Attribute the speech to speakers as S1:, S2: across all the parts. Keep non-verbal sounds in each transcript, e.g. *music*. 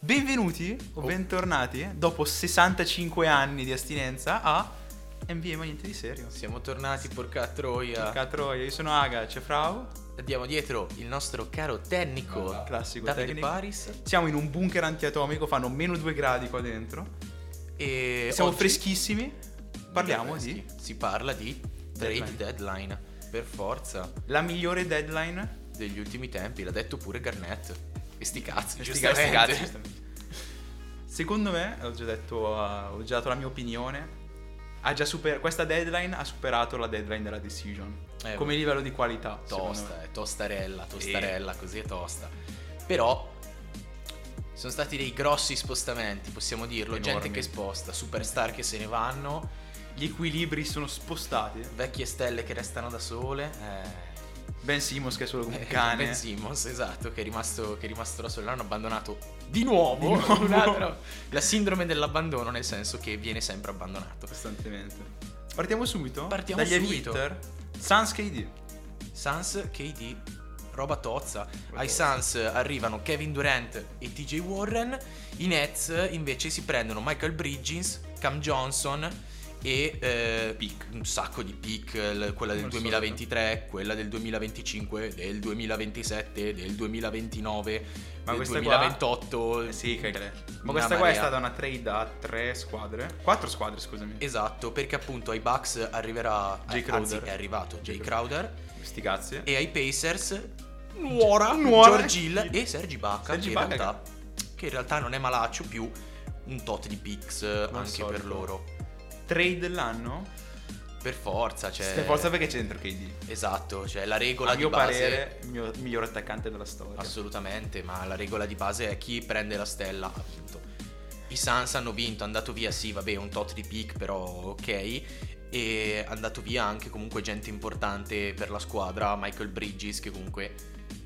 S1: Benvenuti
S2: Oh.
S1: o bentornati dopo 65 anni di astinenza a NBA ma niente di serio.
S2: Siamo tornati, porca troia.
S1: Porca troia, io sono Aga, c'è Frau.
S2: Abbiamo dietro il nostro caro tecnico,
S1: Classico
S2: Davide
S1: tecnico.
S2: Paris.
S1: Siamo in un bunker antiatomico, fanno meno 2 gradi qua dentro.
S2: E
S1: Siamo
S2: oggi-
S1: freschissimi. Parliamo di
S2: Si parla di
S1: Deadline.
S2: trade deadline. Per forza,
S1: la migliore deadline
S2: degli ultimi tempi, l'ha detto pure Garnett. E sti cazzi,
S1: Sti
S2: giustamente.
S1: cazzi, giustamente. *laughs* Secondo me, ho già detto, eh, ho già dato la mia opinione. Ha già super- questa deadline ha superato la deadline della decision.
S2: Eh,
S1: come livello di qualità. secondo
S2: Tosta,
S1: me.
S2: eh, tostarella, tostarella, così è tosta. Però sono stati dei grossi spostamenti, possiamo dirlo. Gente
S1: Enormi.
S2: che sposta, superstar che se ne vanno,
S1: Gli equilibri sono spostati.
S2: vecchie stelle che restano da sole. Eh.
S1: Ben Simons che è solo come
S2: Eh,
S1: un cane.
S2: Ben Simmons, esatto, che è rimasto, che è rimasto da solo. L'hanno abbandonato di nuovo.
S1: Di nuovo.
S2: *laughs* un altro- la sindrome dell'abbandono, nel senso che viene sempre abbandonato.
S1: Costantemente. Partiamo subito.
S2: Partiamo
S1: dagli
S2: subito.
S1: Evitter. Sans KD.
S2: Sans, KD, roba tozza.
S1: Roba
S2: Ai
S1: tozza.
S2: Sans arrivano Kevin Durant e TJ Warren. I Nets invece si prendono Michael Bridges, Cam Johnson e eh, un sacco di pick, l- quella del
S1: Come al
S2: 2023, quella del 2025, del 2027, del 2029,
S1: Ma
S2: del
S1: questa qua-
S2: 2028.
S1: Eh sì, cagare. Ma
S2: Una
S1: questa qua è
S2: marea.
S1: stata una trade a tre squadre. Quattro squadre, scusami.
S2: Esatto, perché appunto ai Bucks arriverà
S1: Jay
S2: eh, anzi,
S1: Crowder.
S2: è arrivato Jay
S1: Jay
S2: Crowder
S1: Sti cazzi.
S2: e ai Pacers Nuora,
S1: Nuora.
S2: George Hill e Sergi Bacca,
S1: Sergi
S2: che,
S1: Ibaka
S2: in realtà, che in realtà non è malaccio più un tot di picks eh,
S1: Come al
S2: anche per
S1: solito.
S2: loro.
S1: Trade dell'anno?
S2: Per forza, cioè
S1: Per forza perché c'è dentro KD.
S2: Esatto, cioè la regola
S1: A
S2: di
S1: mio
S2: base
S1: parere, il mio- miglior attaccante della storia.
S2: assolutamente, ma la regola di base è chi prende la stella ha vinto. I Suns hanno vinto, è andato via, sì, vabbè, un tot di pick, però ok. E è andato via anche comunque gente importante per la squadra, Michael Bridges, che comunque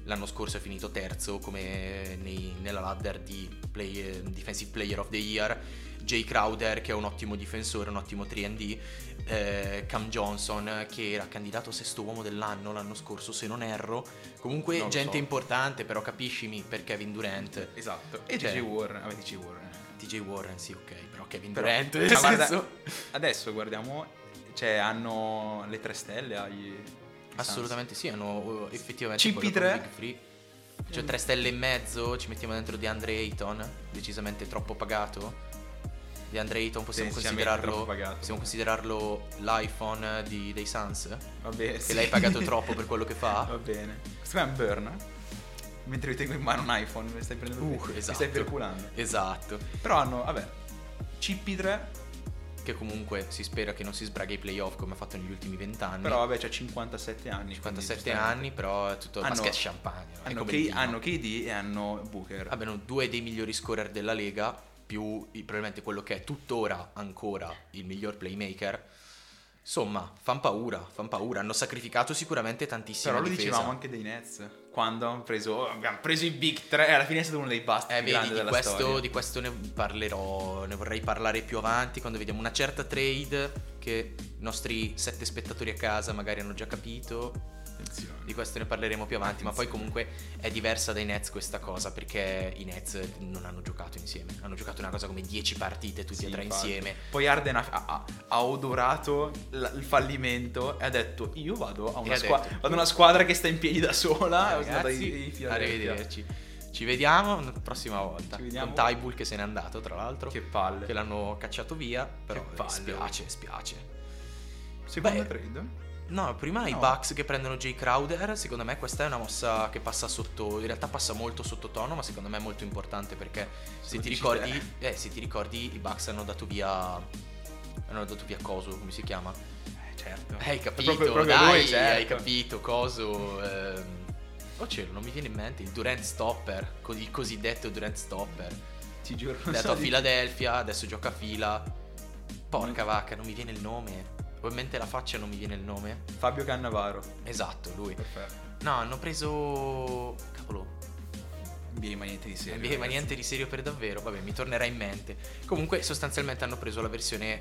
S2: l'anno scorso è finito terzo come nei- nella ladder di play- Defensive Player of the Year. Jay Crowder, che è un ottimo difensore, un ottimo 3D. eh, Cam Johnson, che era candidato a sesto uomo dell'anno l'anno scorso, se non erro. Comunque,
S1: Non lo
S2: gente
S1: so.
S2: importante, però capiscimi per Kevin Durant.
S1: Esatto. E
S2: Cioè-
S1: DJ Warren. Vabbè, DJ Warren.
S2: TJ Warren, sì, ok, però Kevin
S1: Però-
S2: Durant.
S1: Ma
S2: nel
S1: guarda,
S2: senso-
S1: adesso guardiamo, cioè hanno le tre stelle agli
S2: Assolutamente sì, hanno eh, effettivamente
S1: CP3?
S2: quello con Big Free. Cioè 3 stelle e mezzo, ci mettiamo dentro DeAndre Ayton, decisamente troppo pagato. DeAndre Ayton possiamo
S1: Decisamente
S2: considerarlo
S1: troppo pagato.
S2: possiamo considerarlo l'iPhone eh, di- dei Suns, che
S1: Suns. Vabbè, sì. *laughs*
S2: l'hai pagato troppo per quello che fa.
S1: Va bene. Questo qua è un burn. Mentre io tengo in mano un iPhone, mi stai prendendo
S2: Uh,
S1: mi
S2: esatto.
S1: stai perculando.
S2: Esatto,
S1: Però hanno, vabbè, CP3,
S2: che comunque si spera che non si sbraga i playoff come ha fatto negli ultimi 20 anni.
S1: però vabbè, c'ha 57 anni.
S2: 57
S1: quindi,
S2: anni, però è tutto
S1: Hanno-
S2: basket champagne. no? È
S1: Hanno,
S2: come
S1: K-
S2: il vino.
S1: hanno KD e hanno Booker.
S2: abbiano due dei migliori scorer della Lega, più i- probabilmente quello che è tuttora ancora il miglior playmaker. Insomma, fan paura, fan paura. Hanno sacrificato sicuramente tantissimo.
S1: Però lo dicevamo anche dei Nets. Quando hanno preso, abbiamo preso i Big 3 e alla fine è stato uno dei bust
S2: Eh,
S1: più grandi
S2: vedi, di
S1: della
S2: questo,
S1: storia.
S2: di questo ne parlerò, ne vorrei parlare più avanti quando vediamo una certa trade che i nostri sette spettatori a casa magari hanno già capito.
S1: Attenzione.
S2: Di questo ne parleremo più avanti, ma poi comunque è diversa dai Nets questa cosa perché i Nets non hanno giocato insieme. Hanno giocato una cosa come 10 partite tutti
S1: Sì,
S2: e tre
S1: infatti.
S2: insieme.
S1: Poi Arden ha, ha- ha odorato l- il fallimento e ha detto: Io vado a
S2: E
S1: una,
S2: ha
S1: squa-
S2: detto,
S1: vado a una squadra che sta in piedi da sola. sono
S2: Ragazzi,
S1: Ah, andata ai- ai Philadelphia.
S2: arrivederci. Ci vediamo la prossima volta.
S1: Ci vediamo.
S2: Con Tybull che se n'è andato, tra l'altro.
S1: cioè, Che palle.
S2: Che l'hanno cacciato via. Però
S1: palle.
S2: spiace, spiace.
S1: Secondo
S2: Beh,
S1: trade.
S2: No, prima i
S1: No.
S2: Bucks che prendono Jay Crowder. Secondo me questa è una mossa che passa sotto. In realtà passa molto sottotono, ma secondo me è molto importante perché se
S1: lo
S2: ti,
S1: dici
S2: ricordi, eh, se ti ricordi, i Bucks hanno dato via. Hanno dato via Coso, come si chiama?
S1: Eh, certo.
S2: Hai capito,
S1: Proprio- proprio
S2: dai,
S1: lui, certo.
S2: hai capito, coso. ehm. Oh cielo, non mi viene in mente il Durant Stopper, co- il cosiddetto Durant Stopper.
S1: *laughs* Ti giuro.
S2: È
S1: non
S2: andato
S1: so
S2: a
S1: di-
S2: Philadelphia, adesso gioca a fila.
S1: Mm.
S2: Porca vacca, non mi viene il nome. Ho in mente la faccia, non mi viene il nome.
S1: Fabio Cannavaro.
S2: Esatto, lui.
S1: Perfetto.
S2: No, hanno preso... Cavolo,
S1: NBA ma niente di serio.
S2: NBA, ma
S1: ragazzi.
S2: niente di serio per davvero, vabbè, mi tornerà in mente. Comunque, sostanzialmente hanno preso la versione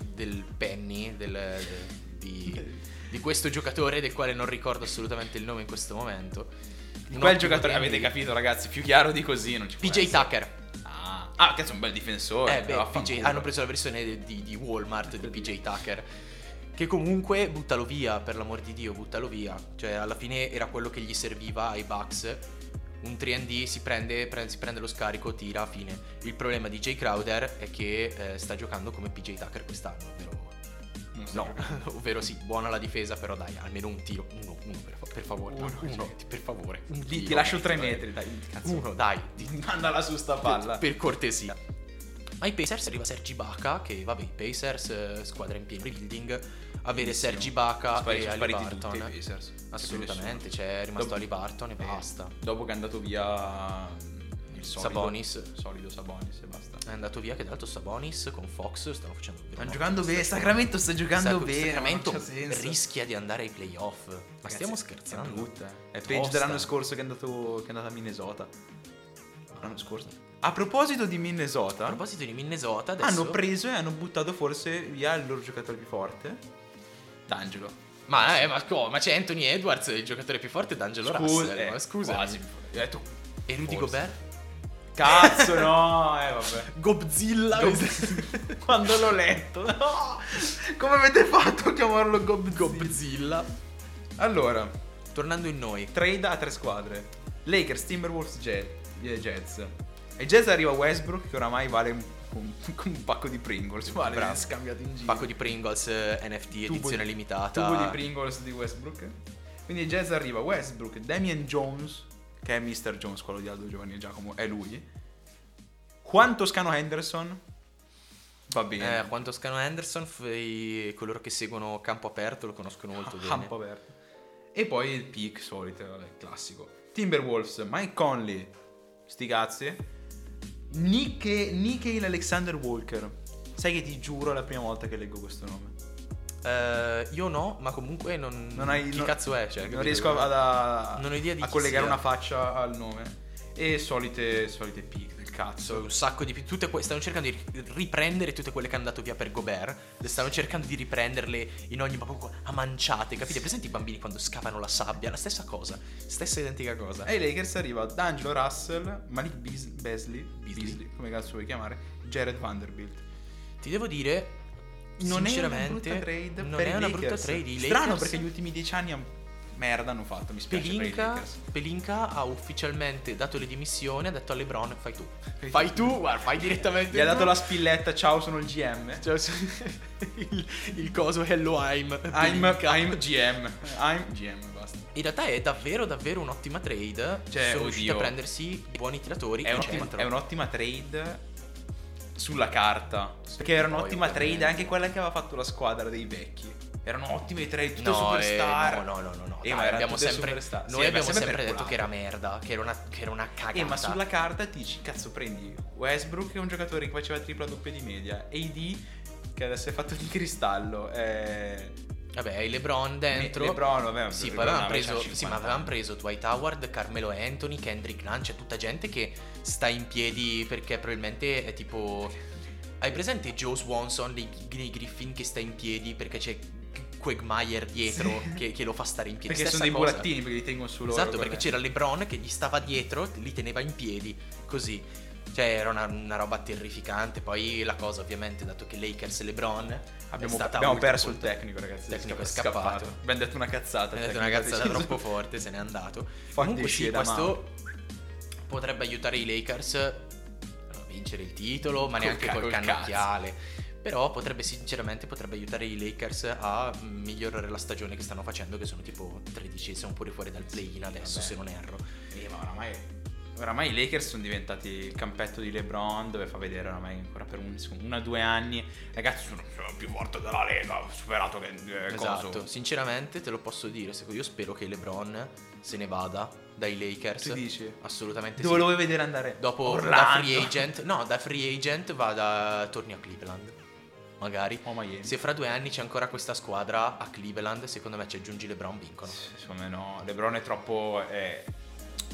S2: del Penny, del, de- di, di questo giocatore del quale non ricordo assolutamente il nome in questo momento.
S1: Di
S2: Un
S1: quel
S2: ottimo
S1: giocatore
S2: NBA.
S1: avete capito, ragazzi. Più chiaro di così non ci può
S2: PJ
S1: essere.
S2: Tucker.
S1: Ah, cazzo, è un bel difensore.
S2: Eh, beh,
S1: vaffanculo.
S2: PJ hanno preso la versione di, di Walmart di PJ Tucker. Che comunque buttalo via, per l'amor di Dio, buttalo via. Cioè, alla fine era quello che gli serviva ai Bucks. Un 3D si prende, pre- si prende lo scarico, tira, fine. Il problema di Jay Crowder è che eh, sta giocando come PJ Tucker quest'anno, ovvero.
S1: Non so
S2: No, *laughs* ovvero sì, buona la difesa, però dai, almeno un tiro. Uno, uno per, fa- per favore.
S1: Uno,
S2: no, no,
S1: uno.
S2: cioè, per favore. un
S1: Ti, ti
S2: tiro,
S1: lascio
S2: per
S1: 3
S2: favore.
S1: metri, dai. Cazzo.
S2: Uno, dai, di-
S1: Mandala su sta palla.
S2: per, per cortesia. Ai Pacers arriva Sergi Baca, che vabbè, i Pacers, eh, squadra in pieno rebuilding, avere
S1: Bellissimo.
S2: Sergi Baca
S1: Spari-
S2: e
S1: sono
S2: Ali
S1: spariti tutti i
S2: Barton. eh.
S1: Pacers.
S2: Assolutamente, cioè, è rimasto
S1: Dopo-
S2: Ali Barton e
S1: Più nessuno.
S2: basta.
S1: Eh, Dopo che è andato via mm, il solido,
S2: Sabonis.
S1: Solido Sabonis e basta.
S2: È andato via, che tra l'altro Sabonis con Fox stanno facendo bene.
S1: Stanno giocando bene, Sacramento sta giocando bene.
S2: Sacramento
S1: non c'ha senso.
S2: rischia di andare ai playoff. Ma
S1: Ragazzi,
S2: stiamo
S1: È
S2: scherzando?
S1: brutta. eh. È peggio
S2: Tosta.
S1: dell'anno scorso che è, andato, che è andato a Minnesota. L'anno scorso. A proposito di
S2: A
S1: Minnesota,
S2: proposito di Minnesota, adesso
S1: Ah, hanno preso e hanno buttato forse via il loro giocatore più forte, D'Angelo.
S2: Ma, eh, ma, co- ma c'è Anthony Edwards, il giocatore più forte d'Angelo Russell.
S1: eh,
S2: ma scusa.
S1: Quasi. Ho detto,
S2: E Rudy
S1: Forse.
S2: Gobert?
S1: Cazzo, no, eh, vabbè.
S2: Gobzilla.
S1: Gob- *laughs* Quando l'ho letto, no. Come avete fatto a chiamarlo Gob
S2: Gobzilla.
S1: Allora,
S2: Tornando in noi.
S1: trade a tre squadre: Lakers, Timberwolves, Jazz. eh, Jazz. E Jazz arriva Westbrook, che oramai vale un, un- *laughs* un pacco di Pringles. Vale
S2: Bravo.
S1: scambiato in giro.
S2: Pacco di Pringles eh, NFT
S1: Tubo
S2: edizione
S1: di-
S2: limitata.
S1: Tubo di Pringles di Westbrook. Quindi ai Jazz arriva Westbrook, Damian Jones, che è Mr. Jones, quello di Aldo Giovanni e Giacomo, è lui. Juan Toscano Henderson. Va bene.
S2: Eh, Juan Toscano Anderson, f- i- coloro che seguono Campo Aperto lo conoscono molto bene.
S1: Ah, Campo aperto. E poi il pick solito, vabbè, classico. Timberwolves, Mike Conley, sti cazzi. Nick- Nickeil Alexander Walker. Sai che ti giuro è la prima volta che leggo questo nome.
S2: Eh, io no, ma comunque non,
S1: Non hai-
S2: chi
S1: non-
S2: cazzo è? Cioè, capito?
S1: non riesco ad- a,
S2: Non ho idea di
S1: a
S2: chi
S1: collegare
S2: sia.
S1: una faccia al nome. E solite, solite pick del
S2: So,
S1: cazzo.
S2: un sacco di pi- tutte que- stanno cercando di ri- riprendere tutte quelle che hanno dato via per Gobert le stanno cercando di riprenderle in ogni ma proprio a manciate capite presenti i bambini quando scavano la sabbia la stessa cosa stessa identica cosa
S1: Ai Lakers arriva D'Angelo Russell, Malik Beas- Beasley,
S2: Beasley.
S1: Beasley, come cazzo vuoi chiamare, Jared Vanderbilt.
S2: ti devo dire
S1: non è una
S2: sinceramente
S1: brutta trade
S2: non
S1: per i
S2: è una
S1: Lakers.
S2: brutta trade i
S1: strano
S2: Lakers-
S1: perché gli ultimi dieci anni hanno merda hanno fatto mi spiace per i
S2: Pelinka,
S1: Lakers
S2: Pelinka ha ufficialmente dato le dimissioni ha detto a LeBron fai tu
S1: Fai
S2: fai
S1: tu.
S2: tu guarda fai direttamente
S1: gli ha
S2: tu.
S1: dato la spilletta ciao sono il GM
S2: Cioè,
S1: *laughs*
S2: il, il coso hello I'm
S1: I'm,
S2: Pelinka.
S1: I'm GM I'm GM basta
S2: In realtà è davvero davvero un'ottima trade.
S1: Cioè,
S2: Sono riusciti a
S1: oddio.
S2: prendersi buoni tiratori.
S1: è
S2: in
S1: un'ottima,
S2: centro.
S1: è un'ottima trade sulla carta perché era
S2: poi,
S1: un'ottima trade
S2: ovviamente.
S1: anche quella che aveva fatto la squadra dei vecchi erano ottime trade tutte
S2: No,
S1: superstar
S2: eh, no, no, no, no, no.
S1: Eh,
S2: Dai,
S1: ma erano
S2: abbiamo
S1: tutte
S2: sempre,
S1: superstar.
S2: noi
S1: Sì, ma
S2: abbiamo
S1: sempre
S2: sempre
S1: per
S2: detto
S1: culato.
S2: che era merda, che era una, che era una cagata.
S1: Eh, ma sulla carta ti dici, cazzo, prendi Westbrook, che è un giocatore che faceva tripla doppia di media, AD, che adesso è fatto di cristallo, eh,
S2: Vabbè, hai LeBron dentro.
S1: Le- LeBron, vabbè,
S2: Sì,
S1: LeBron
S2: poi
S1: aveva
S2: avevamo preso,
S1: 50
S2: sì, ma
S1: anni.
S2: avevamo preso Dwight Howard, Carmelo Anthony, Kendrick Nunn, c'è tutta gente che sta in piedi perché probabilmente è tipo... Hai presente Joe Swanson dei, dei Griffin che sta in piedi perché c'è Quagmire dietro
S1: *laughs*
S2: che, che lo fa stare in piedi?
S1: perché sono
S2: Stessa
S1: dei
S2: cosa.
S1: burattini, perché li tengono su loro.
S2: Esatto, perché
S1: guarda.
S2: c'era LeBron che gli stava dietro, li teneva in piedi, così. Cioè, era una, una roba terrificante. Poi la cosa, ovviamente, dato che Lakers e LeBron è
S1: Abbiamo,
S2: stata
S1: abbiamo
S2: molto,
S1: perso
S2: molto-
S1: il tecnico, ragazzi.
S2: Il tecnico è
S1: scappa-
S2: scappato.
S1: Abbiamo detto una cazzata.
S2: è
S1: il
S2: stata
S1: tecnico
S2: una
S1: ha
S2: cazzata
S1: deciso.
S2: troppo forte, se n'è andato.
S1: Fuck
S2: Comunque
S1: this
S2: sì,
S1: shit, I'm
S2: questo potrebbe aiutare i Lakers a vincere il titolo, ma
S1: Col
S2: neanche
S1: ca-
S2: col
S1: col
S2: cannocchiale. Però potrebbe sinceramente potrebbe aiutare i Lakers a migliorare la stagione che stanno facendo, che sono tipo 13, siamo pure fuori dal play-in adesso,
S1: vabbè.
S2: se non erro.
S1: Eh, ma oramai... Oramai i Lakers sono diventati il campetto di LeBron, dove fa vedere oramai ancora per un, una o due anni. Ragazzi, sono sono più forte della Lega, ho superato che eh,
S2: Esatto,
S1: coso.
S2: sinceramente te lo posso dire, secondo- io spero che LeBron se ne vada dai Lakers.
S1: Eh, Tu dici?
S2: Assolutamente
S1: Dove
S2: sì.
S1: lo vuoi vedere andare?
S2: Dopo da
S1: Orlando.
S2: free agent, no, da free agent vada torni a Cleveland. Magari.
S1: O Miami.
S2: Se fra due anni c'è ancora questa squadra a Cleveland, secondo me ci aggiungi LeBron vincono.
S1: Secondo me no, LeBron è troppo è,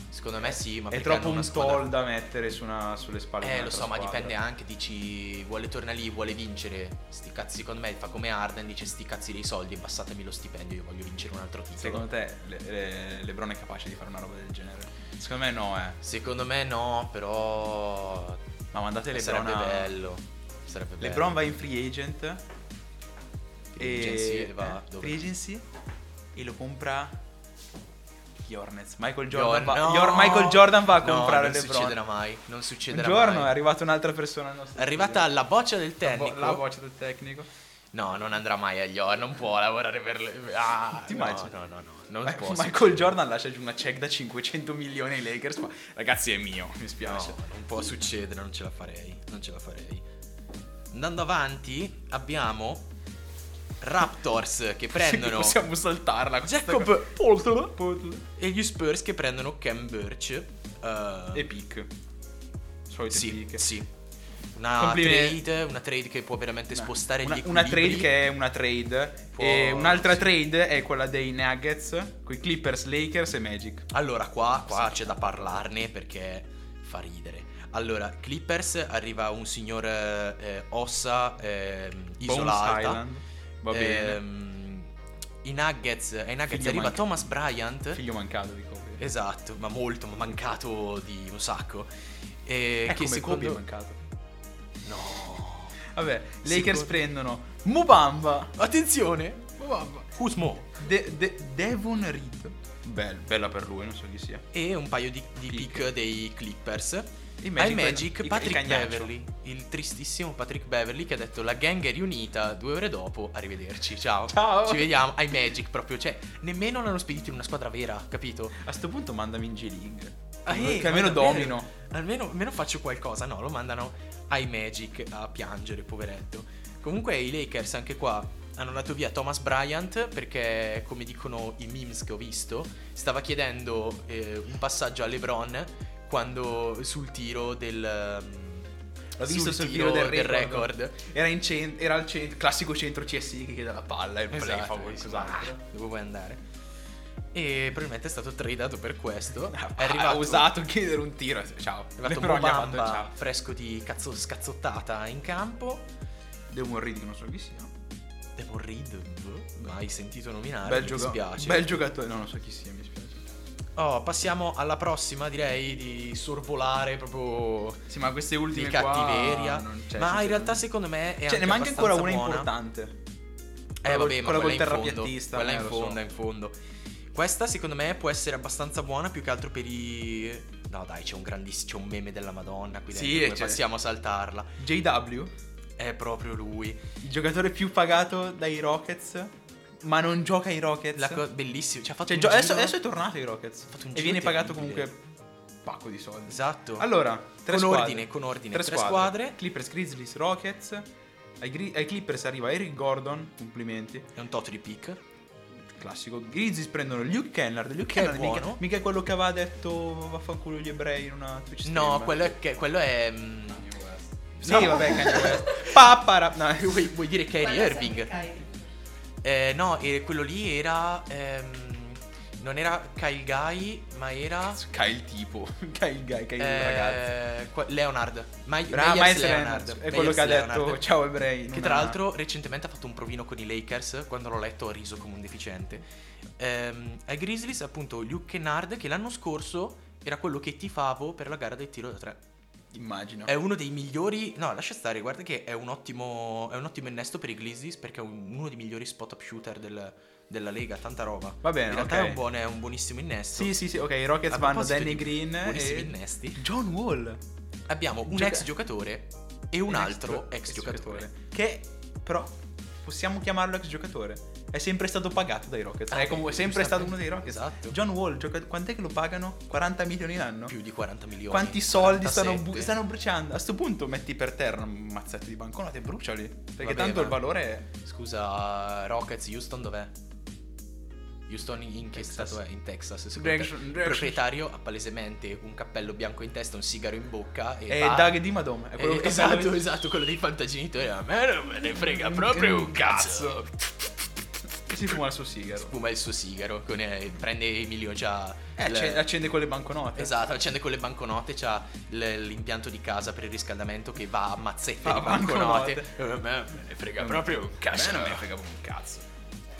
S2: Secondo me sì, ma
S1: è
S2: perché
S1: troppo
S2: hanno una
S1: un
S2: squadra...
S1: toll da mettere su una- sulle spalle di
S2: Eh, lo
S1: un'altra
S2: so, ma
S1: squadra.
S2: dipende anche. Dici, vuole tornare lì, vuole vincere. Sti cazzi, secondo me fa come Arden, dice sti cazzi dei soldi, abbassatemi lo stipendio, io voglio vincere un altro titolo.
S1: Secondo te le- le- LeBron è capace di fare una roba del genere? Secondo me no, eh.
S2: Secondo me no, però
S1: Ma mandate LeBron
S2: Eh, sarebbe
S1: a...
S2: bello. Sarebbe bello.
S1: LeBron va in free agent
S2: Eh. Free agency e va
S1: eh,
S2: dove?
S1: free agency e lo compra gli Hornets. Michael
S2: Jor-
S1: Jordan, va,
S2: no!
S1: gli Or- Michael Jordan va a
S2: No,
S1: comprare
S2: non
S1: LeBron.
S2: succederà mai. Non
S1: Un
S2: succederà
S1: giorno è
S2: mai.
S1: arrivata un'altra persona al nostro
S2: È arrivata la boccia del
S1: studio.
S2: tecnico.
S1: La, vo- la voce del tecnico.
S2: No, non andrà mai agli Or, non può lavorare per le... Ah,
S1: Ti
S2: no,
S1: immagini?
S2: No, no, no, non
S1: Ma-
S2: può
S1: Eh, Michael
S2: succedere.
S1: Jordan lascia giù una check da 500 milioni ai Lakers, ma ragazzi è mio, mi spiace.
S2: No, non può succedere, non ce la farei, non ce la farei. Andando avanti, abbiamo Raptors che prendono
S1: *laughs* Possiamo saltarla. questa cosa.
S2: Jacob Poltolo e gli Spurs che prendono Cam Birch. eh,
S1: e pick. Solite
S2: sì,
S1: pick.
S2: sì. Una
S1: Complimenti.
S2: trade, una trade che può veramente
S1: Una-
S2: spostare
S1: una,
S2: gli
S1: una
S2: equilibri.
S1: trade che è una trade
S2: Può-
S1: e un'altra
S2: sì.
S1: trade è quella dei Nuggets con Clippers, Lakers e Magic
S2: Allora, qua, qua c'è da parlarne perché fa ridere. Allora, Clippers arriva un signor eh, eh, ossa eh,
S1: Bones
S2: isolata.
S1: Island
S2: Eh,
S1: va bene
S2: Ehm, I Nuggets, eh, ai Nuggets
S1: Figlio
S2: arriva
S1: manca-
S2: Thomas Bryant.
S1: figlio mancato di Kobe
S2: Esatto, ma molto, ma mancato di un sacco. E
S1: È come
S2: che
S1: Kobe è
S2: secondo
S1: mancato
S2: No.
S1: vabbè Lakers
S2: Secondo-
S1: prendono Mubamba
S2: Attenzione!
S1: Mubamba
S2: Kuzmo!
S1: De- De- Devon Reed Bel- bella per lui non so chi sia
S2: E un paio di, di
S1: Pick.
S2: pick dei Clippers.
S1: I
S2: Ai
S1: prendono-
S2: Ah, Magic,
S1: il- il
S2: Patrick
S1: cagnaccio.
S2: Beverly, il tristissimo Patrick Beverly che ha detto la gang è riunita, due ore dopo, arrivederci, ciao.
S1: Ciao.
S2: Ci vediamo, ai Magic proprio, cioè, nemmeno l'hanno spedito in una squadra vera, capito?
S1: a sto punto mandami in G-League
S2: Ah, eh,
S1: che almeno
S2: ma davvero?
S1: domino
S2: Almeno, almeno faccio qualcosa. No, lo mandano ai Magic a piangere, poveretto. Comunque i Lakers anche qua hanno dato via Thomas Bryant perché, come dicono i memes che ho visto, stava chiedendo eh, un passaggio a LeBron quando sul tiro del...
S1: L'ho
S2: Ho
S1: visto sul tiro del record. Era, in cen- era al cen- classico centro CSI che chiede la palla e poi
S2: Esatto,
S1: fa
S2: dico,
S1: qualcos'altro.
S2: "Ah, dove vuoi andare? E probabilmente è stato tradato per questo. È
S1: Ah,
S2: arrivato
S1: Ha usato chiedere un tiro. eh, Ciao.
S2: È arrivato
S1: Però gli ha
S2: Mobamba,
S1: fatto ciao.
S2: fresco di cazzo scazzottata in campo.
S1: Devo un read che non so chi sia.
S2: Devon Reed, boh, mai sentito nominare,
S1: bel,
S2: mi
S1: gioca-
S2: dispiace.
S1: bel giocatore. No, non so chi sia, mi spiace.
S2: Oh, passiamo alla prossima, direi di sorvolare proprio
S1: Sì, ma queste
S2: di
S1: ultime qua
S2: cattiveria.
S1: non- cioè,
S2: Ma in
S1: sinceramente-
S2: realtà secondo me è
S1: Cioè, ne
S2: anche
S1: manca ancora una
S2: abbastanza buona.
S1: importante.
S2: Eh vabbè,
S1: Quella
S2: ma
S1: col
S2: quella in fondo,
S1: terrapiattista,
S2: quella
S1: eh,
S2: in
S1: lo
S2: fondo,
S1: so.
S2: in fondo. Questa secondo me può essere abbastanza buona più che altro per i No, dai, c'è un grandissimo c'è un meme della Madonna qui
S1: Sì,
S2: dentro, come
S1: cioè-
S2: passiamo a saltarla.
S1: JW,
S2: È proprio lui.
S1: il giocatore più pagato dai Rockets, ma non gioca ai Rockets.
S2: La cosa bellissima, ci ha fatto
S1: Cioè,
S2: un
S1: gio-
S2: giro-
S1: adesso, adesso è tornato ai Rockets.
S2: fatto un
S1: E
S2: giro
S1: viene pagato
S2: terribile.
S1: comunque un pacco di soldi.
S2: Esatto.
S1: Allora, tre
S2: con
S1: squadre.
S2: ordine, con ordine,
S1: Tre, squadre.
S2: squadre.
S1: Clippers, Grizzlies, Rockets. Ai, Gri- ai Clippers arriva Eric Gordon, complimenti.
S2: È un tot di pick.
S1: Classico. Grizzlies prendono Luke Kennard. Luke
S2: Che
S1: Kennard
S2: buono.
S1: mica, mica è quello che aveva detto vaffanculo gli ebrei in una Twitch stream.
S2: No, quello è. Che, quello è mm,
S1: Sì,
S2: No.
S1: vabbè, Kanye West. Papara.
S2: *laughs*
S1: No,
S2: *laughs* vuoi, vuoi dire Kyrie
S3: Quello è sempre
S2: Irving?
S3: Kyrie.
S2: Eh, no, e quello lì era. ehm, non era Kyle Guy, ma era.
S1: Kyle tipo. Kyle guy, Kyle
S2: eh,
S1: ragazzo.
S2: qua- Leonard. Ma-
S1: Bra-
S2: Myers
S1: Miles
S2: Leonard.
S1: Leonard. È
S2: Myers
S1: quello che ha
S2: Leonard.
S1: detto ciao ebrei. in
S2: Che
S1: una-
S2: tra l'altro recentemente ha fatto un provino con i Lakers, quando l'ho letto ho riso come un deficiente. Ehm, ai Grizzlies appunto Luke Kennard che l'anno scorso era quello che tifavo per la gara del tiro da tre.
S1: Immagino.
S2: È uno dei migliori. No, lascia stare, guarda che è un ottimo. È un ottimo innesto per i Grizzlies perché è un- uno dei migliori spot up shooter del- della Lega, tanta roba.
S1: Va bene,
S2: In realtà
S1: ok.
S2: è, un buon- è un buonissimo innesto.
S1: Sì, sì, sì. Ok, i Rockets
S2: A
S1: vanno
S2: proposito
S1: Danny
S2: di
S1: Green
S2: buonissimi
S1: e
S2: innesti.
S1: John Wall.
S2: Abbiamo un
S1: Gioca-
S2: ex giocatore e un altro ex, giocatore.
S1: Che però possiamo chiamarlo ex giocatore. È sempre stato pagato dai Rockets.
S2: Ah,
S1: è comunque
S2: eh,
S1: sempre stato uno
S2: giustamente.
S1: dei Rockets.
S2: Esatto.
S1: John Wall, gioca- quant'è che lo pagano? 40 milioni l'anno?
S2: Più di 40 milioni.
S1: Quanti soldi stanno,
S2: 47.
S1: bu- stanno bruciando? A sto punto metti per terra un mazzetto di banconote e bruciali. Perché
S2: Vabbè,
S1: tanto
S2: ma-
S1: il valore è.
S2: Scusa, Rockets, Houston dov'è? Houston in che
S1: Texas.
S2: stato è? In Texas, secondo te.
S1: Direction-
S2: Il
S1: direction-
S2: proprietario ha palesemente un cappello bianco in testa, un sigaro in bocca e
S1: È
S2: Eh, va-
S1: Doug di Madonna. È quello
S2: Eh,
S1: che
S2: esatto, esatto, quello dei fantagenitori. A me non me ne frega
S1: Mm,
S2: proprio
S1: che
S2: un cazzo.
S1: E si fuma il suo sigaro.
S2: Spuma il suo sigaro, con, eh, prende Emilio c'ha...
S1: Eh,
S2: il-
S1: accende, accende con le banconote.
S2: Esatto, accende con le banconote, c'ha l- l'impianto di casa per il riscaldamento che va a mazzette
S1: Fa
S2: di banconote.
S1: banconote. Mm.
S2: Eh, A me non me ne frega proprio un cazzo.
S1: A me non me ne frega proprio un cazzo.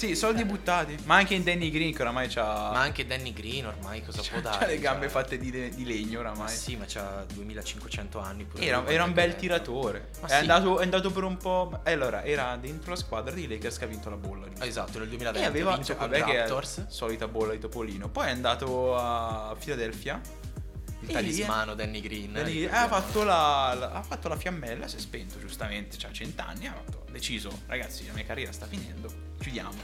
S1: Sì, soldi buttati. Ma anche in Danny Green che oramai c'ha.
S2: Ma anche Danny Green ormai cosa può
S1: c'ha
S2: dare?
S1: le gambe
S2: Cioè,
S1: fatte di, di legno
S2: Ma
S1: oramai.
S2: sì, ma c'ha 2500 anni. pure
S1: Era,
S2: lui,
S1: era un
S2: guarda
S1: bel
S2: che-
S1: tiratore.
S2: Ma
S1: è,
S2: sì.
S1: andato, è andato per un po'. eh, allora, era dentro la squadra di Lakers che ha vinto la bolla. giusto?
S2: Ah, Esatto, nel
S1: E
S2: 2020 ha
S1: aveva
S2: vinto
S1: cioè,
S2: con
S1: vabbè, che è
S2: Raptors.
S1: solita bolla di Topolino. Poi è andato a Philadelphia.
S2: Il eh,
S1: e
S2: talismano Danny Green.
S1: lì è- da lì-
S2: ricordiamo.
S1: ha, fatto la, la- ha fatto la fiammella, si è spento giustamente, ha 100 anni, ha fatto- ha deciso, ragazzi la mia carriera sta finendo, chiudiamo.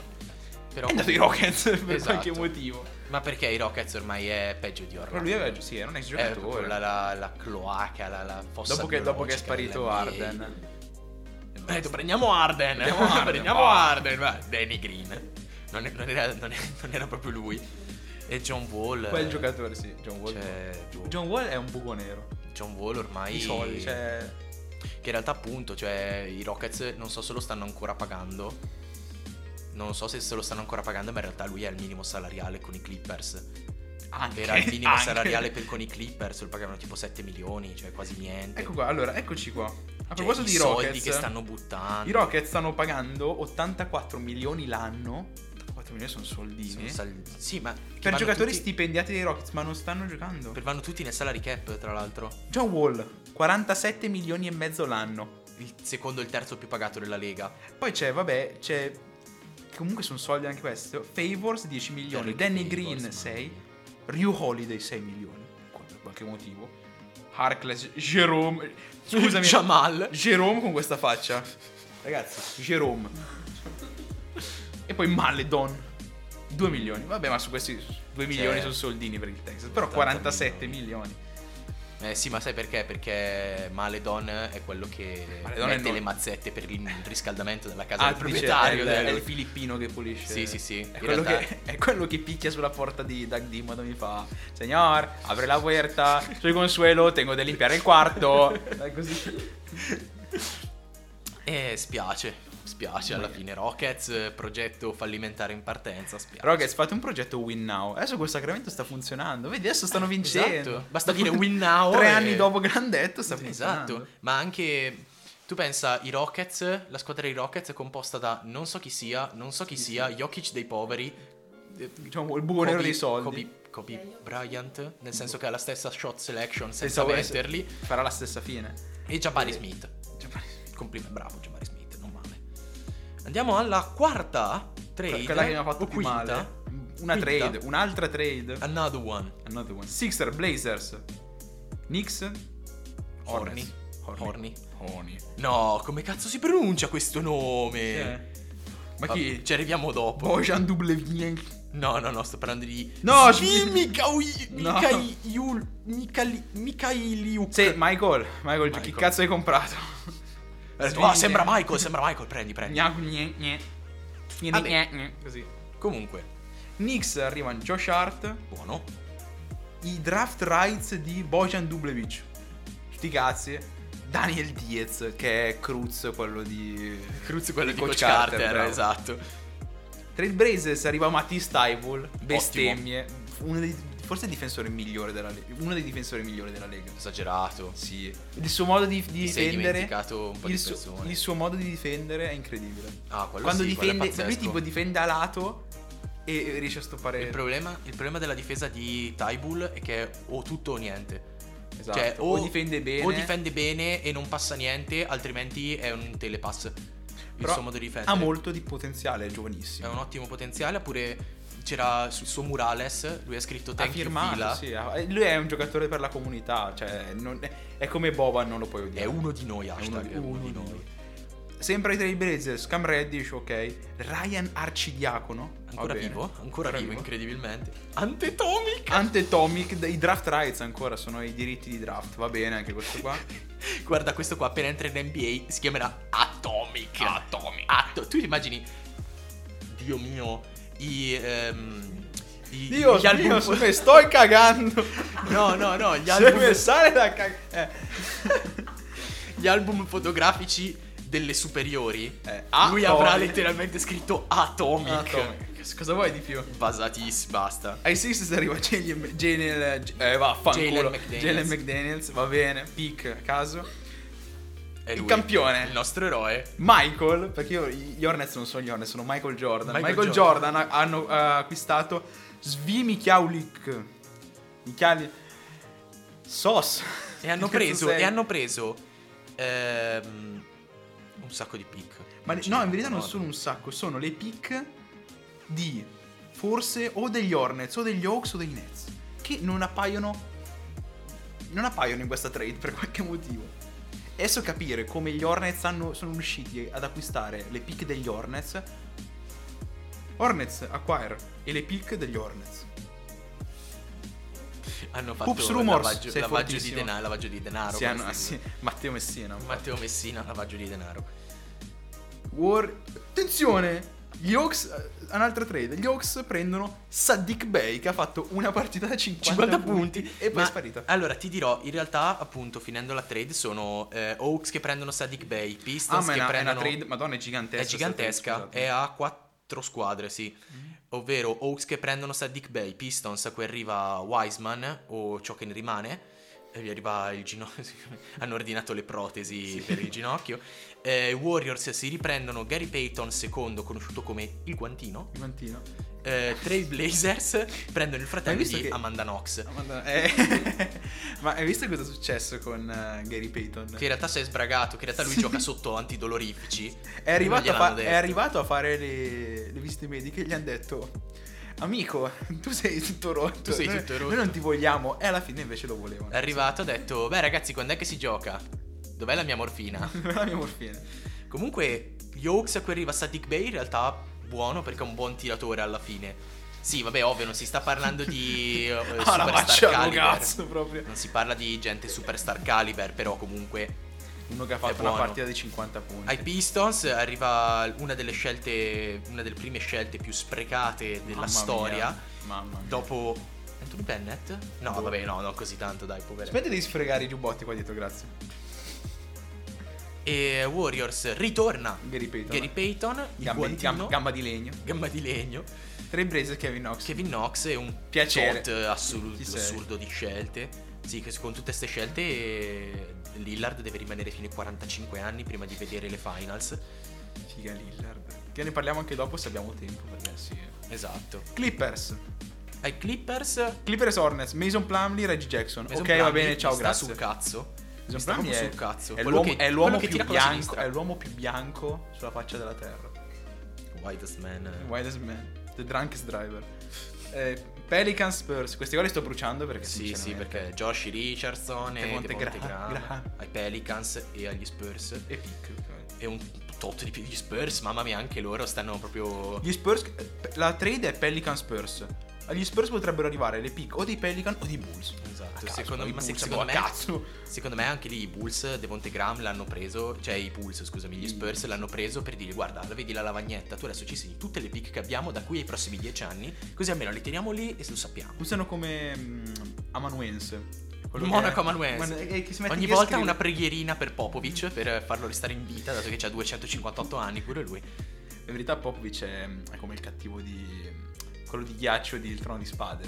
S2: Però *laughs*
S1: è andato ai
S2: comunque-
S1: Rockets per
S2: Esatto.
S1: qualche motivo.
S2: Ma perché i Rockets ormai è peggio di Orlando?
S1: Però lui aveva, sì, era un ex
S2: È Eh, proprio
S1: giocatore.
S2: la, cioè, la, la cloaca, la, la fossa
S1: dopo, che, dopo che è
S2: biologica
S1: sparito
S2: dell'NBA.
S1: Arden.
S2: Ha detto, prendiamo Arden. *laughs*
S1: Prendiamo Harden,
S2: Prendiamo
S1: va."
S2: Harden, va. Danny Green. Non, è- non era, non è- non era proprio lui. E John Wall.
S1: Quel giocatore, sì, John Wall.
S2: Cioè, boh, John,
S1: John Wall è un buco nero.
S2: Wall ormai.
S1: I soldi, cioè...
S2: Che in realtà appunto, cioè, i Rockets non so se lo stanno ancora pagando. Non so se se lo stanno ancora pagando, ma in realtà lui è al minimo salariale con i Clippers.
S1: Anche,
S2: Era al minimo
S1: anche.
S2: *laughs* salariale per con i Clippers, lo pagavano tipo 7 milioni, cioè quasi niente.
S1: Ecco qua, allora, eccoci qua. A
S2: Cioè,
S1: proposito
S2: i
S1: di
S2: soldi
S1: Rockets,
S2: che stanno buttando.
S1: i Rockets stanno pagando 84 milioni l'anno. 84 milioni sono soldini.
S2: sono sal- Sì, ma
S1: per giocatori
S2: tutti...
S1: stipendiati dei Rockets, ma non stanno giocando.
S2: per- vanno tutti nel salary cap, tra l'altro.
S1: John Wall, 47 milioni e mezzo l'anno.
S2: Il secondo e il terzo più pagato della Lega.
S1: Poi c'è, vabbè, c'è. Comunque sono soldi anche questo. Favors 10 milioni.
S2: Derrick
S1: Danny
S2: Favors,
S1: Green
S2: mamma
S1: 6.
S2: mia.
S1: Ryu Holiday 6 milioni. Per qualche motivo. Harkless, *laughs* Jerome. Scusami.
S2: Jamal.
S1: Jerome con questa faccia. Ragazzi, Jerome. E poi Maledon. 2 milioni. Vabbè, ma su questi 2 milioni sono soldini per il Texas. Però
S2: 80
S1: 47 Cioè. milioni.
S2: Eh sì, ma sai perché? Perché Maledon è quello che
S1: Maledon è
S2: mette
S1: noi.
S2: le mazzette per il riscaldamento della casa
S1: Ah, eh,
S2: del
S1: tu dici,
S2: proprietario.
S1: è, il- è
S2: del-
S1: il filippino che pulisce.
S2: Sì, sì, sì.
S1: È
S2: In
S1: quello,
S2: realtà-
S1: che, è quello che picchia sulla porta di Doug Dimmo e mi fa: Signor, apri la puerta. Soy Consuelo, tengo da limpiare il quarto. Dai, così.
S2: Eh, spiace, spiace alla fine. Rockets, eh, progetto fallimentare in partenza, spiace.
S1: Ragazzi, fate un progetto win now. Adesso questo sacramento sta funzionando. Vedi, adesso stanno vincendo.
S2: Esatto. Basta dire win now
S1: Tre
S2: e-
S1: anni dopo che l'hanno detto, sta funzionando.
S2: Esatto, ma anche tu pensa i Rockets, la squadra dei Rockets è composta da non so chi sia, non so chi sia, Jokic dei poveri, eh,
S1: Diciamo, il buco nero
S2: Kobe-
S1: dei soldi.
S2: Kobe, Kobe Bryant, nel senso che ha la stessa shot selection senza
S1: Pensavo adesso
S2: metterli,
S1: Farà la stessa fine.
S2: e Jabari
S1: Eh.
S2: Smith.
S1: Cioè,
S2: Complimenti, bravo Jabari Smith, non male. Andiamo alla quarta trade.
S1: quella che mi ha fatto
S2: o
S1: più
S2: quinta.
S1: male. Una
S2: Quinta.
S1: trade, un'altra trade.
S2: Another one.
S1: Another one. Sixer, Blazers, Knicks,
S2: Horny.
S1: Horny. Horny.
S2: No, come cazzo si pronuncia questo nome?
S1: Eh. Ma
S2: Ma
S1: chi? Cioè,
S2: Ci arriviamo dopo.
S1: Bojan Dublevin.
S2: No, no, no, sto parlando di...
S1: No,
S2: Sì,
S1: ci-
S2: Mikhail...
S1: No.
S2: Mikhail... Mikhail... Mikhailiuk.
S1: Sì, Michael. Michael,
S2: Michael.
S1: chi cazzo hai comprato?
S2: Ha detto, *laughs* "Ah, sembra Michael, sembra Michael, prendi, prendi.
S1: Gna, gne, gne. Gne,
S2: Vabbè.
S1: gne, gne. Così.
S2: Comunque,
S1: Knicks arrivano Josh Hart,
S2: buono.
S1: i draft rights di Bojan Dublevic. Sti cazzi. Daniel Diaz, che è Cruz, quello di.
S2: Cruz quello
S1: di
S2: di
S1: Coach
S2: Coach Carter,
S1: Carter, bravo.
S2: esatto.
S1: Trail Blazers arriva Matty Stiebel, bestemmie. Uno dei, forse il difensore migliore della Lega. Uno dei difensori migliori della Lega.
S2: Esagerato.
S1: Sì. Il suo modo di, di
S2: Ti sei
S1: difendere.
S2: dimenticato un po'
S1: Il
S2: di
S1: suo,
S2: persone.
S1: il suo modo di difendere è incredibile.
S2: Ah, quello
S1: Quando
S2: sì, quello è
S1: difende.
S2: pazzesco.
S1: lui tipo difende a lato e e riesce a stoppare.
S2: Il problema, il problema della difesa di Tybull è che è o tutto o niente.
S1: Esatto.
S2: Cioè,
S1: o, difende bene.
S2: O difende bene e non passa niente, altrimenti è un telepass. Il
S1: Però
S2: suo modo di difendere.
S1: ha molto di potenziale, è giovanissimo.
S2: È un ottimo potenziale, oppure c'era sul suo murales, lui ha scritto
S1: ha
S2: thank you
S1: firmato,
S2: Fila.
S1: sì, ha- eh, lui è un giocatore per la comunità, cioè non- è come Boban, non lo puoi
S2: È
S1: odiare.
S2: uno di noi,
S1: È uno
S2: hashtag,
S1: di-
S2: è uno
S1: uno
S2: di
S1: di
S2: noi.
S1: Sempre i Trailblazers, Cam Reddish, ok, Ryan Arcidiacono,
S2: Ancora
S1: va bene.
S2: vivo, ancora vivo, incredibilmente.
S1: Ante *laughs*
S2: Antetomica!
S1: Antetomic, d- i draft rights ancora sono i diritti di draft, va bene anche questo qua.
S2: Guarda, questo qua appena entra in NBA si chiamerà Atomic. Atomic. tu ti immagini, Dio mio, i... ehm, i-
S1: Dio,
S2: *laughs* gli album...
S1: Dio, se me sto cagando.
S2: No, no, no, *laughs*
S1: *laughs*
S2: gli
S1: Se
S2: album...
S1: me sale da eh. cagare.
S2: gli album fotografici delle superiori.
S1: Eh,
S2: *laughs* lui avrà
S1: Atomic.
S2: letteralmente scritto Atomic.
S1: Cosa vuoi di più?
S2: Basatissimo, basta.
S1: Ai Sixers arriva Jalen Jalen eh, vaffanculo.
S2: Jalen McDaniels.
S1: Jalen McDaniels, va bene, pick a caso.
S2: È
S1: il
S2: lui,
S1: campione.
S2: Il nostro eroe.
S1: Michael, perché io gli Hornets non sono gli Hornets, sono Michael Jordan.
S2: Michael
S1: Michael, Jordan, ha- hanno eh, acquistato Svi Michiaulik. Michiali Sos.
S2: E hanno
S1: Che cazzo
S2: preso,
S1: sei?
S2: e hanno preso ehm, un sacco di pick.
S1: Ma
S2: Non
S1: le-
S2: ci
S1: no, in verità
S2: ricordo.
S1: non sono un sacco, sono le pick di forse o degli Hornets o degli Hawks o dei Nets che non appaiono non appaiono in questa trade per qualche motivo. Adesso capire come gli Hornets hanno- sono riusciti ad acquistare le pick degli Hornets Hornets acquire e le pick degli Hornets.
S2: Hanno fatto
S1: Hoops Rumors,
S2: lavaggio,
S1: sei
S2: lavaggio, di
S1: fortissimo.
S2: denaro, lavaggio di denaro.
S1: Sì,
S2: come
S1: hanno-
S2: si
S1: sì,
S2: dice.
S1: Matteo Messina.
S2: Matteo Messina, lavaggio di denaro.
S1: War... Attenzione! Gli Hawks, eh, un'altra trade, gli Hawks prendono Saddiq Bey che ha fatto una partita da 50,
S2: 50 punti
S1: e poi
S2: Ma-
S1: è sparita.
S2: Allora ti dirò, in realtà, appunto, finendo la trade, sono eh, Hawks che prendono Sadiq Bay,
S1: Ah,
S2: Pistons
S1: ma è
S2: che
S1: una, è una
S2: prendono.
S1: trade, madonna, è gigantesca.
S2: è gigantesca,
S1: sta trade,
S2: è a quattro squadre, sì.
S1: Mm.
S2: Ovvero Hawks che prendono Sadiq Bay, Pistons a cui arriva Wiseman o ciò che ne rimane. E gli arriva il *laughs* ginocchio. Hanno ordinato le protesi
S1: Sì.
S2: per il ginocchio. Eh, Warriors si riprendono Gary Payton, secondo, conosciuto come il guantino.
S1: scusate. Guantino.
S2: Eh,
S1: *laughs*
S2: Trail Blazers prendono il fratello
S1: Hai visto
S2: di
S1: che-
S2: Amanda Knox.
S1: Ah, madonna, *laughs* eh, ma hai visto cosa è successo con eh, Gary Payton?
S2: Che in realtà si è sbragato, che in realtà lui
S1: Sì. *laughs*
S2: gioca sotto antidolorifici.
S1: È arrivato, a
S2: gliel'hanno
S1: fa- è
S2: detto.
S1: arrivato a fare le, le visite mediche e gli hanno detto... Amico, *laughs* tu sei tutto rotto.
S2: Tu sei
S1: noi-
S2: tutto rotto."
S1: Noi non ti vogliamo. E alla fine invece lo volevano.
S2: È arrivato, ha detto, beh ragazzi, quando è che si gioca? Dov'è la mia morfina?
S1: *laughs* la mia morfina.
S2: Comunque, gli Hawks a cui arriva Static Bay in realtà buono perché è un buon tiratore alla fine. Sì, vabbè, ovvio, non si sta parlando
S1: *laughs*
S2: di eh,
S1: Ah, la faccia
S2: superstar
S1: lo
S2: caliber.
S1: cazzo proprio.
S2: Non si parla di gente superstar caliber, però comunque...
S1: Uno che ha
S2: È
S1: fatto una
S2: buono.
S1: partita di 50 punti.
S2: Ai Pistons arriva una delle scelte, una delle prime scelte più sprecate della
S1: Mamma mia,
S2: storia.
S1: Mamma mia.
S2: Dopo Anthony Bennett? No,
S1: Boh.
S2: vabbè, no, non così tanto, dai, povero.
S1: Aspetta di sfregare i giubbotti qua dietro, grazie.
S2: E Warriors ritorna
S1: Gary Payton.
S2: Gary Payton, il
S1: Gamba, di-
S2: guantino,
S1: gam- gamba di legno.
S2: gamba di legno,
S1: Tre Blazer Kevin Knox.
S2: Kevin Knox e un
S1: Piacere.
S2: tot assoluto,
S1: Chi sei?
S2: assurdo di scelte. Sì, che con tutte queste scelte eh, Lillard deve rimanere fino ai 45 anni prima di vedere le finals.
S1: Figa Lillard. Che ne parliamo anche dopo se abbiamo tempo. Perché sì.
S2: Esatto.
S1: Clippers.
S2: Ai Clippers...
S1: Clippers Hornets. Mason Plumlee, Reggie Jackson.
S2: Mason
S1: ok, va
S2: Plumlee
S1: bene,
S2: mi
S1: ciao,
S2: sta
S1: grazie.
S2: sul cazzo. Mi
S1: Mason
S2: sta
S1: Plumlee
S2: proprio
S1: è,
S2: sul cazzo.
S1: è
S2: Quello
S1: l'uomo,
S2: che-
S1: è l'uomo
S2: quello che
S1: più
S2: tira con la
S1: bianco,
S2: sinistra.
S1: è l'uomo più bianco sulla faccia della terra.
S2: Widest man.
S1: Widest man. The drunkest driver. Eh, Pelican Spurs. Questi gol li sto bruciando perché
S2: Sì, sì,
S1: sinceramente-
S2: perché Josh Richardson e
S1: Devonte
S2: Devonte Graham,
S1: Graham. Graham.
S2: ai Pelicans e agli Spurs
S1: E pick. ok.
S2: e un tot di più gli Spurs, mamma mia, anche loro stanno proprio
S1: Gli Spurs, eh, la trade è Pelican Spurs. Agli Spurs potrebbero arrivare le pick o dei Pelican o dei Bulls.
S2: Esatto,
S1: A caso,
S2: secondo,
S1: i
S2: ma se-
S1: Bulls,
S2: secondo
S1: boh,
S2: me,
S1: a cazzo.
S2: secondo me anche lì i Bulls, Devonte Graham l'hanno preso, cioè i Bulls, scusami, gli
S1: I-
S2: Spurs l'hanno preso per dire guarda, la vedi la lavagnetta, tu adesso ci sei tutte le pick che abbiamo da qui ai prossimi dieci anni, così almeno le teniamo lì e lo sappiamo.
S1: Usano come mm, amanuense. Quello che-
S2: Monaco Amanuense.
S1: Man- eh, che si mette
S2: Ogni
S1: lì a
S2: volta
S1: scrivere.
S2: una preghierina per Popovic per farlo restare in vita, dato che ha 258 anni, pure lui.
S1: In verità Popovic è, mm, è come il cattivo di... mm, quello di ghiaccio di Il Trono di Spade.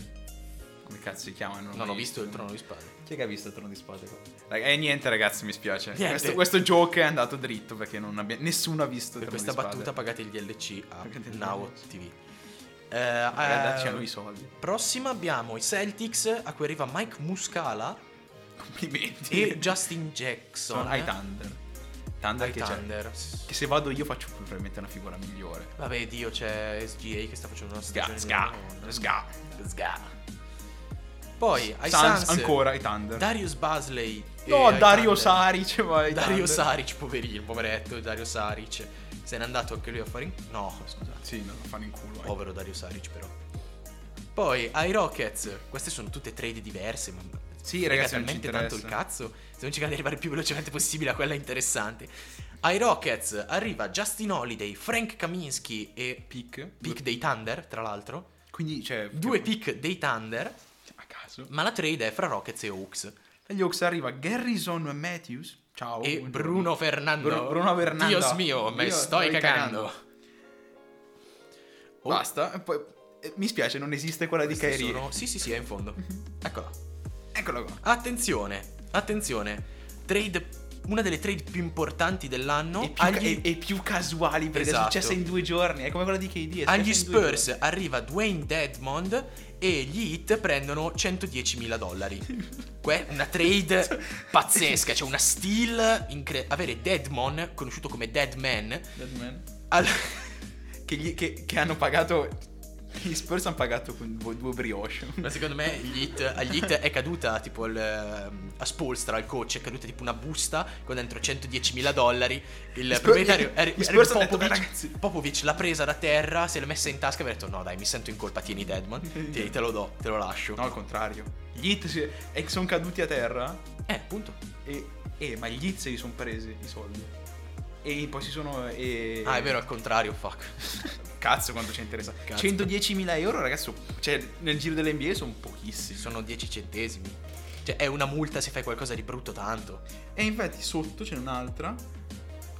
S1: Come cazzo si chiamano?
S2: Non ho visto il trono di spade.
S1: Chi è che ha visto il Trono di Spade qua? Raga, eh, niente ragazzi, mi spiace.
S2: Niente.
S1: Questo, questo joke è andato dritto perché non abbia- nessuno ha visto il
S2: Per
S1: Trono di
S2: questa
S1: Spade.
S2: battuta pagate il DLC a
S1: Pagate il
S2: Now
S1: DLC.
S2: TV. Eh,
S1: Raga,
S2: eh,
S1: dateci a noi i soldi. *laughs*
S2: Prossima abbiamo i Celtics a cui arriva Mike Muscala
S1: Complimenti.
S2: e Justin Jackson. eh?
S1: Sono ai Thunder. Thunder
S2: Ai
S1: che c'è.
S2: Thunder.
S1: Che se vado io faccio probabilmente una figura migliore.
S2: Vabbè, Dio, c'è SGA che sta facendo una
S1: Sga,
S2: stagione
S1: sga,
S2: di Madonna.
S1: sga.
S2: Sga. Poi ai
S1: Suns,
S2: Suns,
S1: ancora i Thunder.
S2: Darius Basley. e
S1: no,
S2: ai
S1: Dario
S2: Thunder.
S1: Saric, ma i
S2: Dario
S1: Thunder.
S2: Saric, poverino, poveretto Dario Saric. Se n'è andato anche lui a fare in... No, scusate.
S1: Sì, no, lo fanno in culo. eh.
S2: Povero Dario Saric, però. Poi ai Rockets. Queste sono tutte trade diverse, ma.
S1: Sì,
S2: frega
S1: ragazzi, non ci
S2: talmente tanto il
S1: interessa.
S2: cazzo. Se non ci cade arrivare il più velocemente possibile a quella interessante. Ai Rockets arriva Justin Holiday, Frank Kaminsky e
S1: Pick.
S2: pick dei Thunder, tra l'altro.
S1: Quindi, cioè...
S2: Due pick dei Thunder,
S1: A caso.
S2: ma la trade è fra Rockets e Hawks.
S1: Agli Hawks arriva Garrison Matthews. Ciao.
S2: e
S1: buongiorno.
S2: Bruno Fernando.
S1: Oh, Bru- Bruno Fernando.
S2: Dios mio, me
S1: Io
S2: stai
S1: sto
S2: cagando. Oh,
S1: Basta. e poi- eh, mi spiace, non esiste quella di
S2: queste
S1: Kyrie.
S2: sono- Sì, sì, sì, è in fondo. Eccola.
S1: Eccolo qua.
S2: Attenzione, attenzione. Trade una delle trade più importanti dell'anno
S1: E più,
S2: agli,
S1: e- e più casuali perché
S2: Esatto.
S1: è successa in due giorni. È come quella di KD. è
S2: agli
S1: successa in due
S2: Spurs arriva Dwayne Dedmond e gli Heat prendono 110.000 dollari. *laughs* Que- una
S1: *laughs*
S2: trade pazzesca, cioè una steal incre- avere Deadmon, conosciuto come Deadman,
S1: giorni. Deadman. *laughs*
S2: al-
S1: Che, gli- che- che hanno pagato. Gli Spurs hanno pagato con due, due brioche.
S2: Ma secondo me gli Heat- agli Heat è caduta tipo il, ehm, a Spolstra, al coach, è caduta tipo una busta con dentro 110.000 dollari. Il
S1: Spurs- *laughs*
S2: proprietario
S1: gli-
S2: Harry-
S1: gli
S2: Harry
S1: Spurs hanno detto,
S2: Popovich,
S1: "Beh, ragazzi."
S2: Popovich l'ha presa da terra, se l'è messa in tasca e mi ha detto no dai mi sento in colpa, tieni Deadman,
S1: *laughs*
S2: tieni, te lo do, te lo lascio.
S1: No, al contrario. Gli Hit si- e sono caduti a terra.
S2: Eh, appunto.
S1: E, e- ma gli Hit se li sono presi i soldi. E poi si sono. E...
S2: Ah è vero, al contrario, fuck.
S1: Cazzo, quanto ci interessa.
S2: Cazzo.
S1: 110.000 euro, ragazzi. Cioè, nel giro dell'NBA sono pochissimi.
S2: Sono 10 centesimi. Cioè è una multa se fai qualcosa di brutto tanto.
S1: E infatti, sotto c'è un'altra.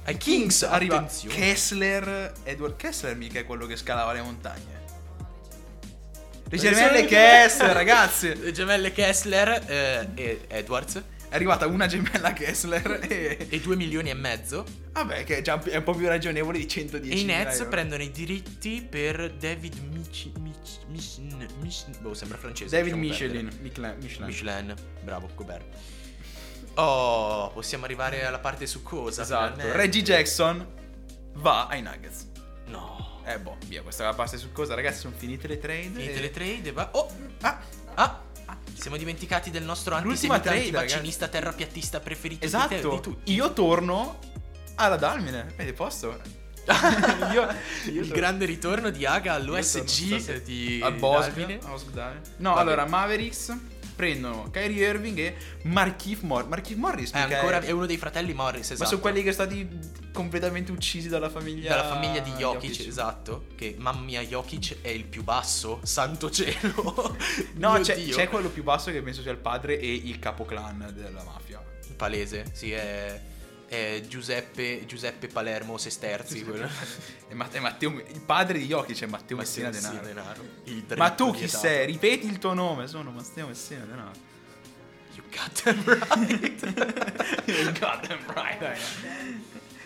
S2: Ai Kings
S1: arriva
S2: attenzione.
S1: Kessler. Edward Kessler, mica è quello che scalava le montagne. Le
S2: Sono
S1: gemelle Kessler, ragazzi.
S2: *laughs* Le gemelle Kessler eh, e Edwards
S1: È arrivata una gemella Kessler. E.
S2: e 2 milioni e mezzo.
S1: Vabbè, che è già è un po' più ragionevole di 110.000
S2: E i Nets
S1: euro.
S2: prendono i diritti per David Mich- Mich- Michin. Michin- boh, sembra francese.
S1: David
S2: lasciamo
S1: Michelin.
S2: perdere.
S1: Michelin. Esatto, diciamo Michelin.
S2: Michelin, bravo, Gobert. Oh, possiamo arrivare alla parte succosa.
S1: Esatto.
S2: finalmente.
S1: Reggie Jackson va ai Nuggets.
S2: No.
S1: Eh boh, via, questa è la parte su cosa, ragazzi, sono finite le trade.
S2: Finite
S1: e-
S2: le trade e va. Oh,
S1: Ah,
S2: ah, ah, ci siamo dimenticati del nostro
S1: L'ultima
S2: antisemita
S1: trade,
S2: antivaccinista terrapiattista preferito di te- di
S1: esatto.
S2: tutti.
S1: Io torno alla Dalmine. Vedi,
S2: *laughs*
S1: posto? io,
S2: Il grande ritorno di Aga all'USG
S1: torno
S2: di
S1: al Bosnia,
S2: Dalvine.
S1: a Osg Dalmine. No,
S2: Vabbè.
S1: allora Mavericks prendono Kyrie Irving e Markif Morris. Markif Morris
S2: È
S1: mica
S2: Eh, ancora è uno dei fratelli Morris, esatto.
S1: Ma sono quelli che sono stati completamente uccisi dalla famiglia
S2: dalla famiglia di Jokic, esatto. Che mamma mia, Jokic è il più basso. *laughs* Santo cielo.
S1: No,
S2: Mio
S1: c'è,
S2: Dio.
S1: c'è quello più basso che penso sia il padre e il capoclan della mafia.
S2: Palese, sì, è, è Giuseppe, Giuseppe Palermo Sesterzi. quello.
S1: *laughs* E Matte- Matteo, il padre di Jokic è Matteo Messina
S2: Matteo
S1: Denaro.
S2: Denaro. Il
S1: Ma
S2: dritto
S1: tu chi
S2: vietato.
S1: sei? Ripeti il tuo nome, sono Matteo Messina Denaro.
S2: You got them right. *laughs*
S1: You got them right.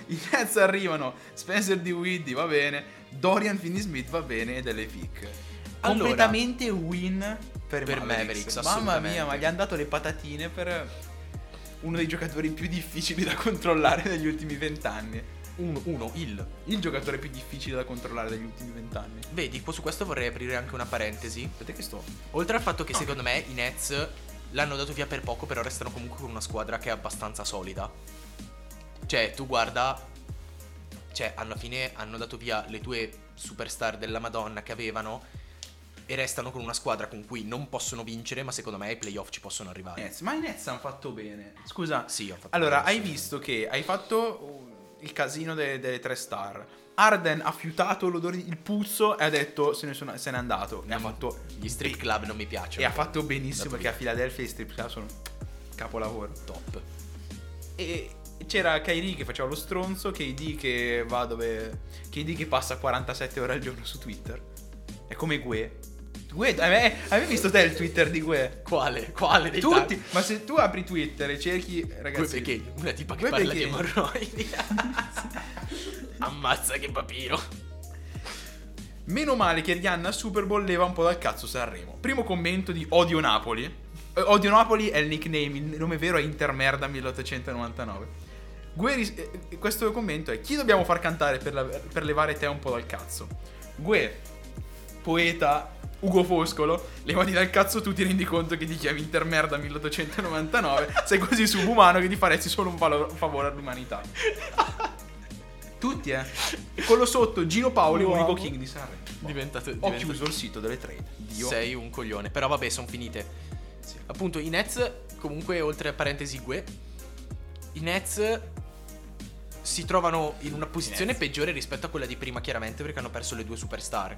S1: I Nets arrivano, Spencer DiWiddy va bene, Dorian Finney-Smith va bene e delle pick.
S2: Allora-
S1: Completamente win per,
S2: Per Mavericks,
S1: Mavericks. Mamma
S2: assolutamente.
S1: mia, ma gli hanno dato le patatine per uno dei giocatori più difficili da controllare negli ultimi vent'anni.
S2: uno, uno, il.
S1: Il giocatore più difficile da controllare negli ultimi vent'anni.
S2: Vedi, qua- su questo vorrei aprire anche una parentesi.
S1: Aspetta che sto...
S2: Oltre al fatto che secondo me i Nets l'hanno dato via per poco, però restano comunque con una squadra che è abbastanza solida. Cioè, tu guarda, cioè, alla fine hanno dato via le due superstar della Madonna che avevano e restano con una squadra con cui non possono vincere, ma secondo me ai playoff ci possono arrivare.
S1: Nets, ma i Nets hanno fatto bene. Scusa,
S2: Sì, ho fatto
S1: Eh. Allora,
S2: bene,
S1: hai
S2: sì.
S1: visto che hai fatto uh, il casino delle, delle tre star. Arden ha fiutato l'odore, di- il puzzo e ha detto se ne, sono- se n'è andato. Ne ha fatto
S2: Gli strip club non mi piacciono.
S1: E ha fatto benissimo
S2: Dato
S1: perché a Philadelphia i strip club sono capolavoro.
S2: top.
S1: E c'era Kairi che faceva lo stronzo, KD che va dove... KD che passa 47 ore al giorno su Twitter. È come Gue. Gue, eh, avevi visto te il Twitter di Gue?
S2: Quale? Quale dei
S1: Tutti,
S2: tanti?
S1: ma se tu apri Twitter e cerchi,
S2: Gue
S1: ragazzi,
S2: perché
S1: *laughs*
S2: una tipa che
S1: Gue
S2: parla
S1: perché-
S2: di emorroidi. *laughs* Ammazza che papiro.
S1: Meno male che Rihanna al Super Bowl leva un po' dal cazzo Sanremo. Primo commento di Odio Napoli. Eh, Odio Napoli è il nickname, il nome vero è Intermerda 1899. Gue ris- eh, eh, questo commento è chi dobbiamo far cantare per, la- per levare te un po' dal cazzo? Gue, poeta Ugo Foscolo, levati dal cazzo tu ti rendi conto che ti chiami Intermerda
S2: *laughs*
S1: 1899, sei così subumano che ti faresti solo un valo- un favore all'umanità. Tutti, eh. E quello sotto, Gino Paoli,
S2: Lo
S1: unico
S2: amo.
S1: king di Sanremo. Boh.
S2: Diventato,
S1: Ho
S2: diventato-
S1: chiuso il sito delle trade. Dio.
S2: Sei un coglione. Però vabbè, sono finite.
S1: Sì.
S2: Appunto, i Nets, comunque, oltre a parentesi gue, i Nets si trovano in una posizione
S1: Nets.
S2: peggiore rispetto a quella di prima, chiaramente, perché hanno perso le due superstar.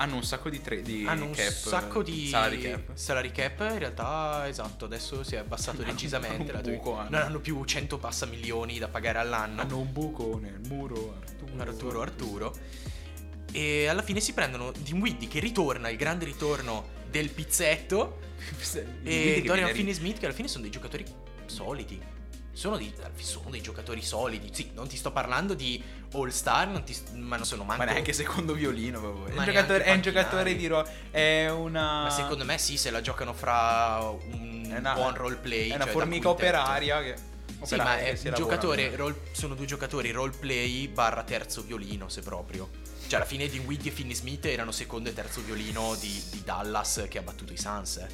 S1: Hanno un sacco di trade. Di
S2: hanno un
S1: cap,
S2: sacco di
S1: Salary cap.
S2: salary cap, in realtà, esatto, adesso si è abbassato
S1: *laughs* Hanno un-
S2: decisamente.
S1: hanno un
S2: la-
S1: buco, hanno.
S2: Non hanno più 100 passa milioni da pagare all'anno.
S1: Hanno un buco nel muro. Arturo.
S2: Arturo Arturo. E alla fine si prendono Dinwiddie che ritorna, il grande ritorno del pizzetto.
S1: Sì,
S2: E
S1: che
S2: Dorian
S1: viene-
S2: Finney Smith, che alla fine sono dei giocatori solidi. sono dei, sono dei giocatori solidi. Sì, non ti sto parlando di all star, non ti st- ma non sono manco.
S1: Ma neanche secondo violino, proprio. È
S2: Ma
S1: un giocatore,
S2: neanche
S1: è un giocatore
S2: panchinari.
S1: di ro- È una.
S2: Ma secondo me sì, se la giocano fra un
S1: è una-
S2: buon
S1: È
S2: roleplay.
S1: una
S2: cioè da
S1: formica
S2: quintetto.
S1: operaria che.
S2: Sì,
S1: operaria
S2: ma
S1: che
S2: è
S1: si lavora.
S2: un
S1: eh.
S2: giocatore, role- sono due giocatori roleplay barra terzo violino, se proprio. Cioè, alla fine di Wiggy e Finney Smith erano secondo e terzo violino di, di Dallas che ha battuto i Suns. eh.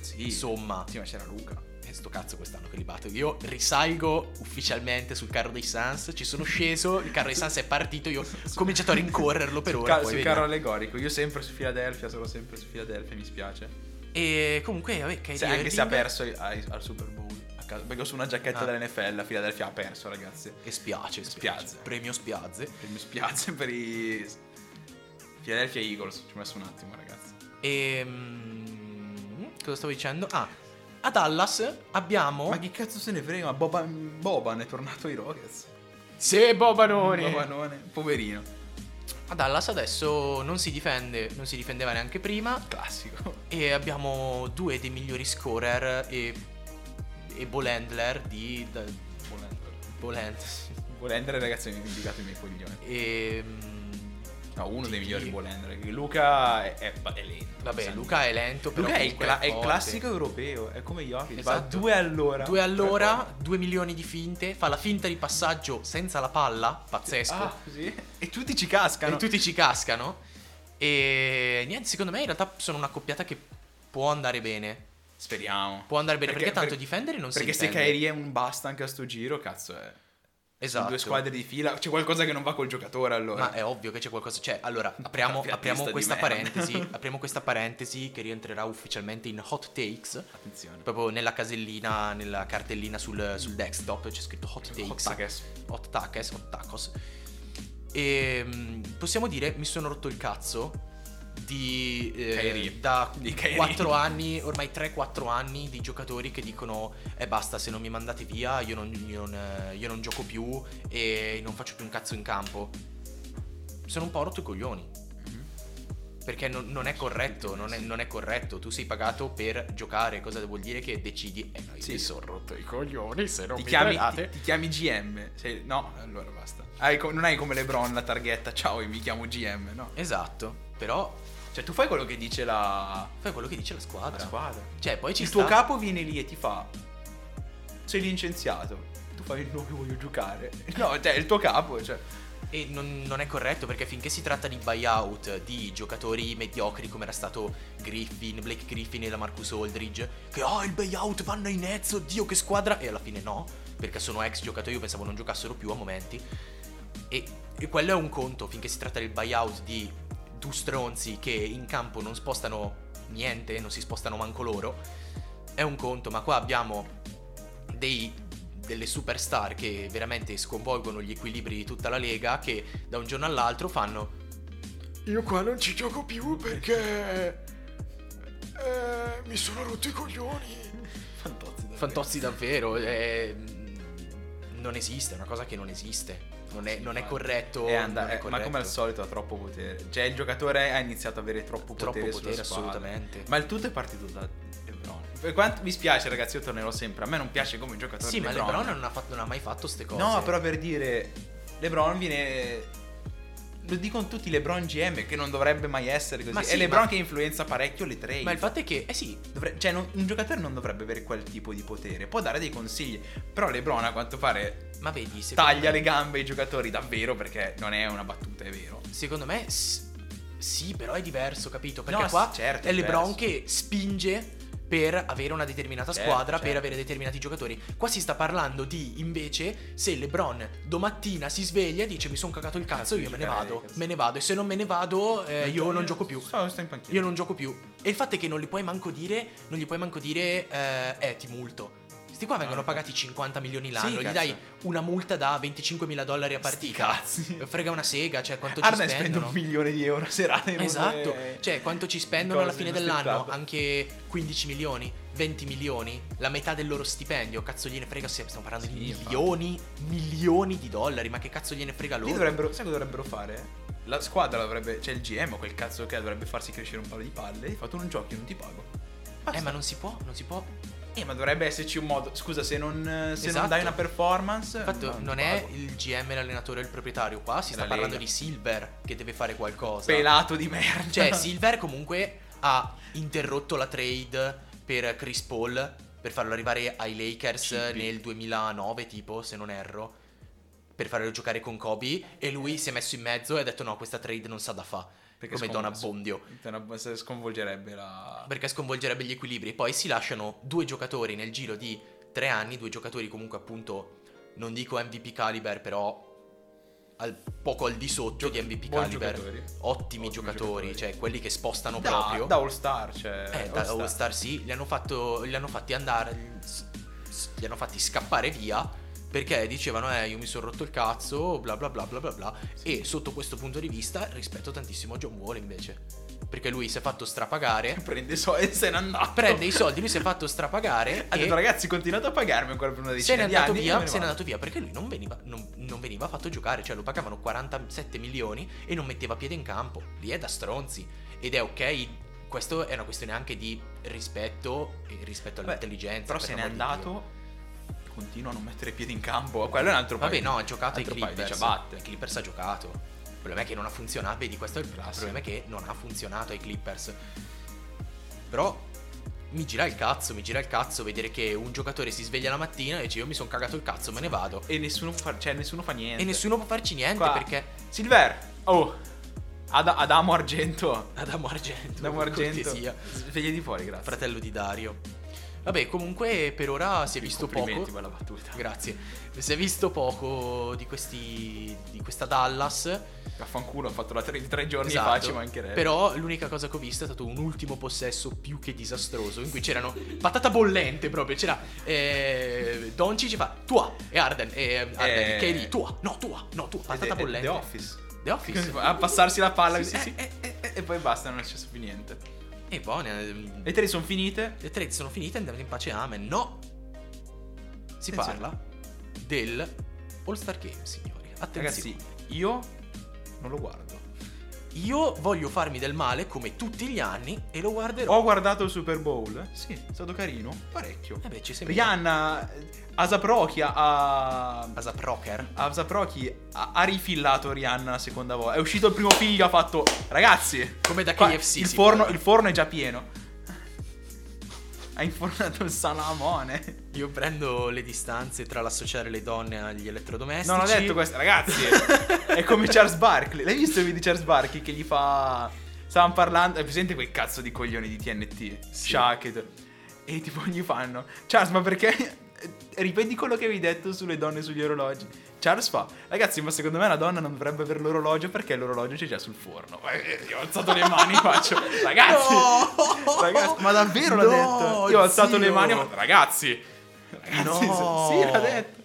S1: Sì.
S2: Insomma,
S1: Sì, ma c'era Luca.
S2: e Eh, sto cazzo quest'anno che li batto. Io risalgo ufficialmente sul carro dei Suns, ci sono sceso, il carro dei Suns è partito, io ho *laughs* cominciato a rincorrerlo per
S1: Sul
S2: ora.
S1: ca-
S2: poi
S1: sul
S2: vediamo.
S1: carro allegorico. Io sempre su Philadelphia, sono sempre su Philadelphia, mi spiace.
S2: E comunque, vabbè, Kyrie
S1: Se- anche se ha
S2: Irving-
S1: perso ai- ai- al Super Bowl. a caso- perché ho su una giacchetta
S2: Ah.
S1: dell'NFL, la Philadelphia ha perso, ragazzi.
S2: E spiace, spiace.
S1: Spiazze.
S2: Premio spiazze.
S1: E mi spiace per i. Philadelphia Eagles. Ci ho messo un attimo, ragazzi.
S2: E Ehm, mm, cosa stavo dicendo? Ah, a Dallas abbiamo
S1: Ma che cazzo se ne frega? Ma Boban, Boban è tornato ai Rockets.
S2: Se Bobanone.
S1: Bobanone, poverino.
S2: A Dallas adesso non si difende, non si difendeva neanche prima
S1: Classico.
S2: e abbiamo due dei migliori scorer e e Bolandler di da, Boland
S1: Volendere, ragazzi, mi ha indicato i miei coglioni.
S2: e mm,
S1: No, uno dei
S2: Di-
S1: migliori Volendere. Luca è, è- è lento.
S2: vabbè,
S1: Sì.
S2: Luca è lento però
S1: Luca è il,
S2: comunque
S1: cla- è il
S2: forte.
S1: classico europeo. È come Jokic. Va
S2: Esatto.
S1: due all'ora.
S2: Due all'ora, due milioni di finte, fa la finta di passaggio senza la palla, pazzesco.
S1: Ah, così? E tutti ci cascano.
S2: E tutti ci cascano. E niente, secondo me in realtà sono una coppiata che può andare bene.
S1: Speriamo.
S2: Può andare bene perché, tanto
S1: per-
S2: difendere non
S1: Perché
S2: si
S1: se
S2: difende.
S1: Kyrie è un basta anche a sto giro, cazzo è.
S2: esatto.
S1: Due squadre di fila. C'è qualcosa che non va col giocatore allora.
S2: Ma è ovvio che c'è qualcosa. Cioè, allora, apriamo,
S1: Piattista
S2: apriamo
S1: di
S2: questa
S1: merda.
S2: parentesi.
S1: *laughs*
S2: apriamo questa parentesi che rientrerà ufficialmente in hot takes.
S1: Attenzione.
S2: Proprio nella casellina, nella cartellina sul, sul desktop c'è scritto hot takes.
S1: Hot Tuckers.
S2: Hot Tacos, Hot Tacos. E mm, possiamo dire mi sono rotto il cazzo di eh,
S1: Kyrie.
S2: da
S1: Di Kyrie.
S2: 4 anni, ormai 3-4 anni di giocatori che dicono "Eh basta, se non mi mandate via, io non, io non, eh, io non gioco più e non faccio più un cazzo in campo". Sono un po' rotto i coglioni.
S1: Mm-hmm.
S2: Perché non, non è corretto, non è, non è corretto. Tu sei pagato per giocare, cosa vuol dire che decidi? Eh, no, io
S1: Sì.
S2: mi sono rotto i coglioni, se non
S1: Ti
S2: mi
S1: chiami,
S2: date
S1: ti- ti chiami GM? Sei- no, allora basta. Hai co- non hai come LeBron la targhetta, ciao, io mi chiamo GM, no?
S2: Esatto, però
S1: Cioè, tu fai quello che dice la,
S2: fai quello che dice la squadra.
S1: la squadra.
S2: Cioè, poi ci
S1: Il
S2: sta.
S1: tuo capo viene lì e ti fa: Sei licenziato. Tu fai no, io voglio giocare. *laughs* No, cioè, il tuo capo, cioè.
S2: E non, non è corretto perché finché si tratta di buyout di giocatori mediocri come era stato Griffin, Blake Griffin e la Marcus Aldridge, che oh il buyout vanno ai Nets, oddio che squadra! E alla fine no, perché sono ex giocatori, io pensavo non giocassero più a momenti. E, e quello è un conto finché si tratta del buyout di due stronzi che in campo non spostano niente, non si spostano manco loro. È un conto, ma qua abbiamo dei- delle superstar che veramente sconvolgono gli equilibri di tutta la lega che da un giorno all'altro fanno io qua non ci gioco più perché eh, mi sono rotto i coglioni
S1: Fantozzi,
S2: fantozzi davvero eh, non esiste è una cosa che non esiste non è, non è corretto, non è
S1: eh, ecco, ma
S2: corretto.
S1: come al solito ha troppo potere. Cioè, il giocatore ha iniziato a avere troppo,
S2: troppo
S1: potere,
S2: potere,
S1: sulla squadra.
S2: assolutamente
S1: Ma il tutto è partito da LeBron. Per quanto mi spiace, ragazzi, io tornerò sempre. A me non piace come giocatore.
S2: sì ma LeBron non ha, fatto- non ha mai fatto ste cose
S1: No, però per dire, LeBron viene. Lo dicono tutti LeBron GM, che non dovrebbe mai essere così.
S2: Ma sì,
S1: è LeBron
S2: ma-
S1: che influenza parecchio le trade.
S2: ma il fatto è che eh sì
S1: Dovre- cioè, non- un giocatore non dovrebbe avere quel tipo di potere. Può dare dei consigli. Però LeBron, a quanto pare,
S2: ma vedi se
S1: taglia le gambe ai giocatori davvero perché non è una battuta, è vero.
S2: Secondo me s- sì, però è diverso, capito? Perché
S1: No,
S2: qua
S1: sì, certo,
S2: è
S1: è
S2: LeBron
S1: diverso.
S2: che spinge per avere una determinata
S1: Certo,
S2: squadra, per
S1: certo.
S2: avere determinati giocatori. Qua si sta parlando di invece se LeBron domattina si sveglia e dice mi sono cagato il cazzo,
S1: Cazzo, eh,
S2: io me ne
S1: giocare,
S2: vado,
S1: cazzo.
S2: me ne vado e se non me ne vado eh, io non gioco più.
S1: Sto, sto in panchina.
S2: Io non gioco più. E il fatto è che non gli puoi manco dire, non gli puoi manco dire, eh, eh, ti multo. Sti qua vengono
S1: Ah.
S2: pagati 50 milioni l'anno, gli
S1: cazzo.
S2: dai una multa da 25 mila dollari a partita.
S1: cazzi.
S2: Frega una sega, cioè *laughs* quanto ci
S1: Arne spende
S2: spendono.
S1: un milione di euro a serata in
S2: Esatto,
S1: una-
S2: cioè quanto ci spendono alla
S1: Ehm, cose
S2: fine
S1: in uno strip
S2: dell'anno?
S1: club.
S2: Anche 15 milioni, 20 milioni, la metà del loro stipendio, cazzo gliene frega se stiamo parlando di
S1: Sì, infatti.
S2: milioni, milioni di dollari, ma che cazzo gliene frega
S1: Lì
S2: loro? Eh,
S1: dovrebbero, sai cosa dovrebbero fare? La squadra dovrebbe, cioè il GM o quel
S2: Ah,
S1: cazzo che è, dovrebbe farsi crescere un paio di palle. Hai fatto un giochi, non ti pago.
S2: Eh ma non si può, non si può.
S1: Eh, ma dovrebbe esserci un modo. Scusa, se non, se non
S2: Esatto.
S1: dai una performance.
S2: Infatti,
S1: no,
S2: non
S1: ti
S2: è
S1: pago.
S2: il GM, l'allenatore, il proprietario. Qua si
S1: È
S2: sta
S1: la
S2: parlando
S1: Lega.
S2: di Silver che deve fare qualcosa.
S1: pelato di merda. *laughs*
S2: Cioè, Silver comunque ha interrotto la trade per Chris Paul per farlo arrivare ai Lakers
S1: Cipi.
S2: nel 2009, tipo, se non erro, per farlo giocare con Kobe. E lui si è messo in mezzo e ha detto: No, questa trade non sa da fa.
S1: Perché
S2: come
S1: scom-
S2: Don Abbondio.
S1: Donna- se sconvolgerebbe la.
S2: Perché sconvolgerebbe gli equilibri. Poi si lasciano due giocatori nel giro di tre anni, due giocatori comunque appunto, non dico MVP caliber, però al- poco al di sotto di MVP
S1: Buoni
S2: caliber.
S1: giocatori.
S2: Ottimi
S1: Ottimi
S2: giocatori,
S1: giocatori.
S2: cioè quelli che spostano
S1: Da,
S2: proprio.
S1: da All Star, cioè.
S2: Eh, da
S1: All-Star.
S2: All Star sì, li hanno, fatto, li hanno fatti andare, s- s- li hanno fatti scappare via perché dicevano eh io mi sono rotto il cazzo, bla bla bla bla bla bla e sotto questo punto di vista rispetto tantissimo John Wall invece perché lui si è fatto strapagare,
S1: *laughs* Prende i soldi e se n'è andato.
S2: prende i soldi, lui si è fatto strapagare
S1: Ha
S2: e
S1: detto, ragazzi, continuate a pagarmi ancora per una
S2: se
S1: decina
S2: n'è
S1: di
S2: andato
S1: anni. e
S2: via,
S1: me ne
S2: se n'è
S1: vado."
S2: andato via perché lui non veniva, non- non veniva fatto giocare, cioè lo pagavano 47 milioni e non metteva piede in campo, lì è da stronzi ed è ok, questo è una questione anche di rispetto e rispetto
S1: Beh,
S2: all'intelligenza.
S1: Però
S2: per
S1: se n'è
S2: l'amor di Dio.
S1: andato. Continua a non mettere piedi in campo. Quello è un altro
S2: Vabbè
S1: paio.
S2: no, ha giocato ai
S1: altro paio di
S2: Clippers,
S1: ciabatte.
S2: i Clippers ha giocato, il problema è che non ha funzionato, vedi questo è il
S1: Classico.
S2: problema è che non ha funzionato ai Clippers, però... Mi gira il cazzo, mi gira il cazzo vedere che un giocatore si sveglia la mattina e dice io mi sono cagato il cazzo, me ne vado.
S1: E nessuno fa, cioè, nessuno fa niente.
S2: E nessuno può farci niente
S1: Qua-
S2: perché
S1: Silver, oh, Ad- Adamo Argento.
S2: *laughs* Adamo Argento.
S1: Adamo
S2: per
S1: Argento.
S2: cortesia.
S1: Svegliati fuori, grazie.
S2: Fratello di Dario. Vabbè, comunque per ora si è visto
S1: Complimenti
S2: poco.
S1: per la battuta.
S2: Grazie. Si è visto poco di questi di questa Dallas.
S1: Vaffanculo, ho fatto la tre, tre giorni
S2: Esatto.
S1: fa, ci mancherebbe.
S2: Però l'unica cosa che ho visto è stato un ultimo possesso più che disastroso in cui c'erano patata bollente proprio, c'era eh, Donci ci fa tua e Arden e Arden
S1: Eh.
S2: che è lì tua, no tua, no tua,
S1: Ed è-
S2: patata
S1: è
S2: bollente.
S1: The Office.
S2: The Office.
S1: *laughs* Così fa- A passarsi la palla
S2: Sì,
S1: così,
S2: sì,
S1: eh, eh, eh, e poi basta, non è successo più niente.
S2: E buona. ehm,
S1: Le tre sono finite.
S2: Le trade sono finite, andiamo in pace, amen. No! Si
S1: Attenzione.
S2: parla del All Star Game, signori. Attenzione.
S1: Ragazzi, io non lo guardo.
S2: Io voglio farmi del male come tutti gli anni e lo guarderò.
S1: Ho guardato il Super Bowl. Sì, è stato carino, parecchio.
S2: Eh beh, ci sei messo.
S1: Rihanna, eh, Asaprochia ha...
S2: Casa Proker.
S1: Avzaprochi ha, ha rifillato Rihanna la seconda volta. È uscito il primo figlio, ha fatto. Ragazzi!
S2: Come da
S1: qua-
S2: KFC,
S1: Il
S2: sì,
S1: forno,
S2: però.
S1: il forno è già pieno. *laughs* Ha infornato il salamone.
S2: Io prendo le distanze tra l'associare le donne agli elettrodomestici.
S1: Non ho detto questo,
S2: *laughs*
S1: ragazzi. è come Charles Barkley. L'hai visto il video di Charles Barkley che gli fa. Stavano parlando. È presente quel cazzo di coglioni di TNT?
S2: Sì.
S1: Shaq. E e tipo gli fanno. Charles, ma perché. *laughs* Ripeti quello che avevi detto sulle donne e sugli orologi. Charles fa. Ragazzi, ma secondo me una donna non dovrebbe avere l'orologio perché l'orologio c'è già sul forno. Eh, Io ho alzato le mani,
S2: *laughs*
S1: faccio. Ragazzi!
S2: No!
S1: Ragazzi, ma davvero
S2: No,
S1: l'ha detto? Io ho alzato
S2: zio!
S1: le mani, ho fatto, ragazzi! Ragazzi,
S2: No!
S1: sì, l'ha detto.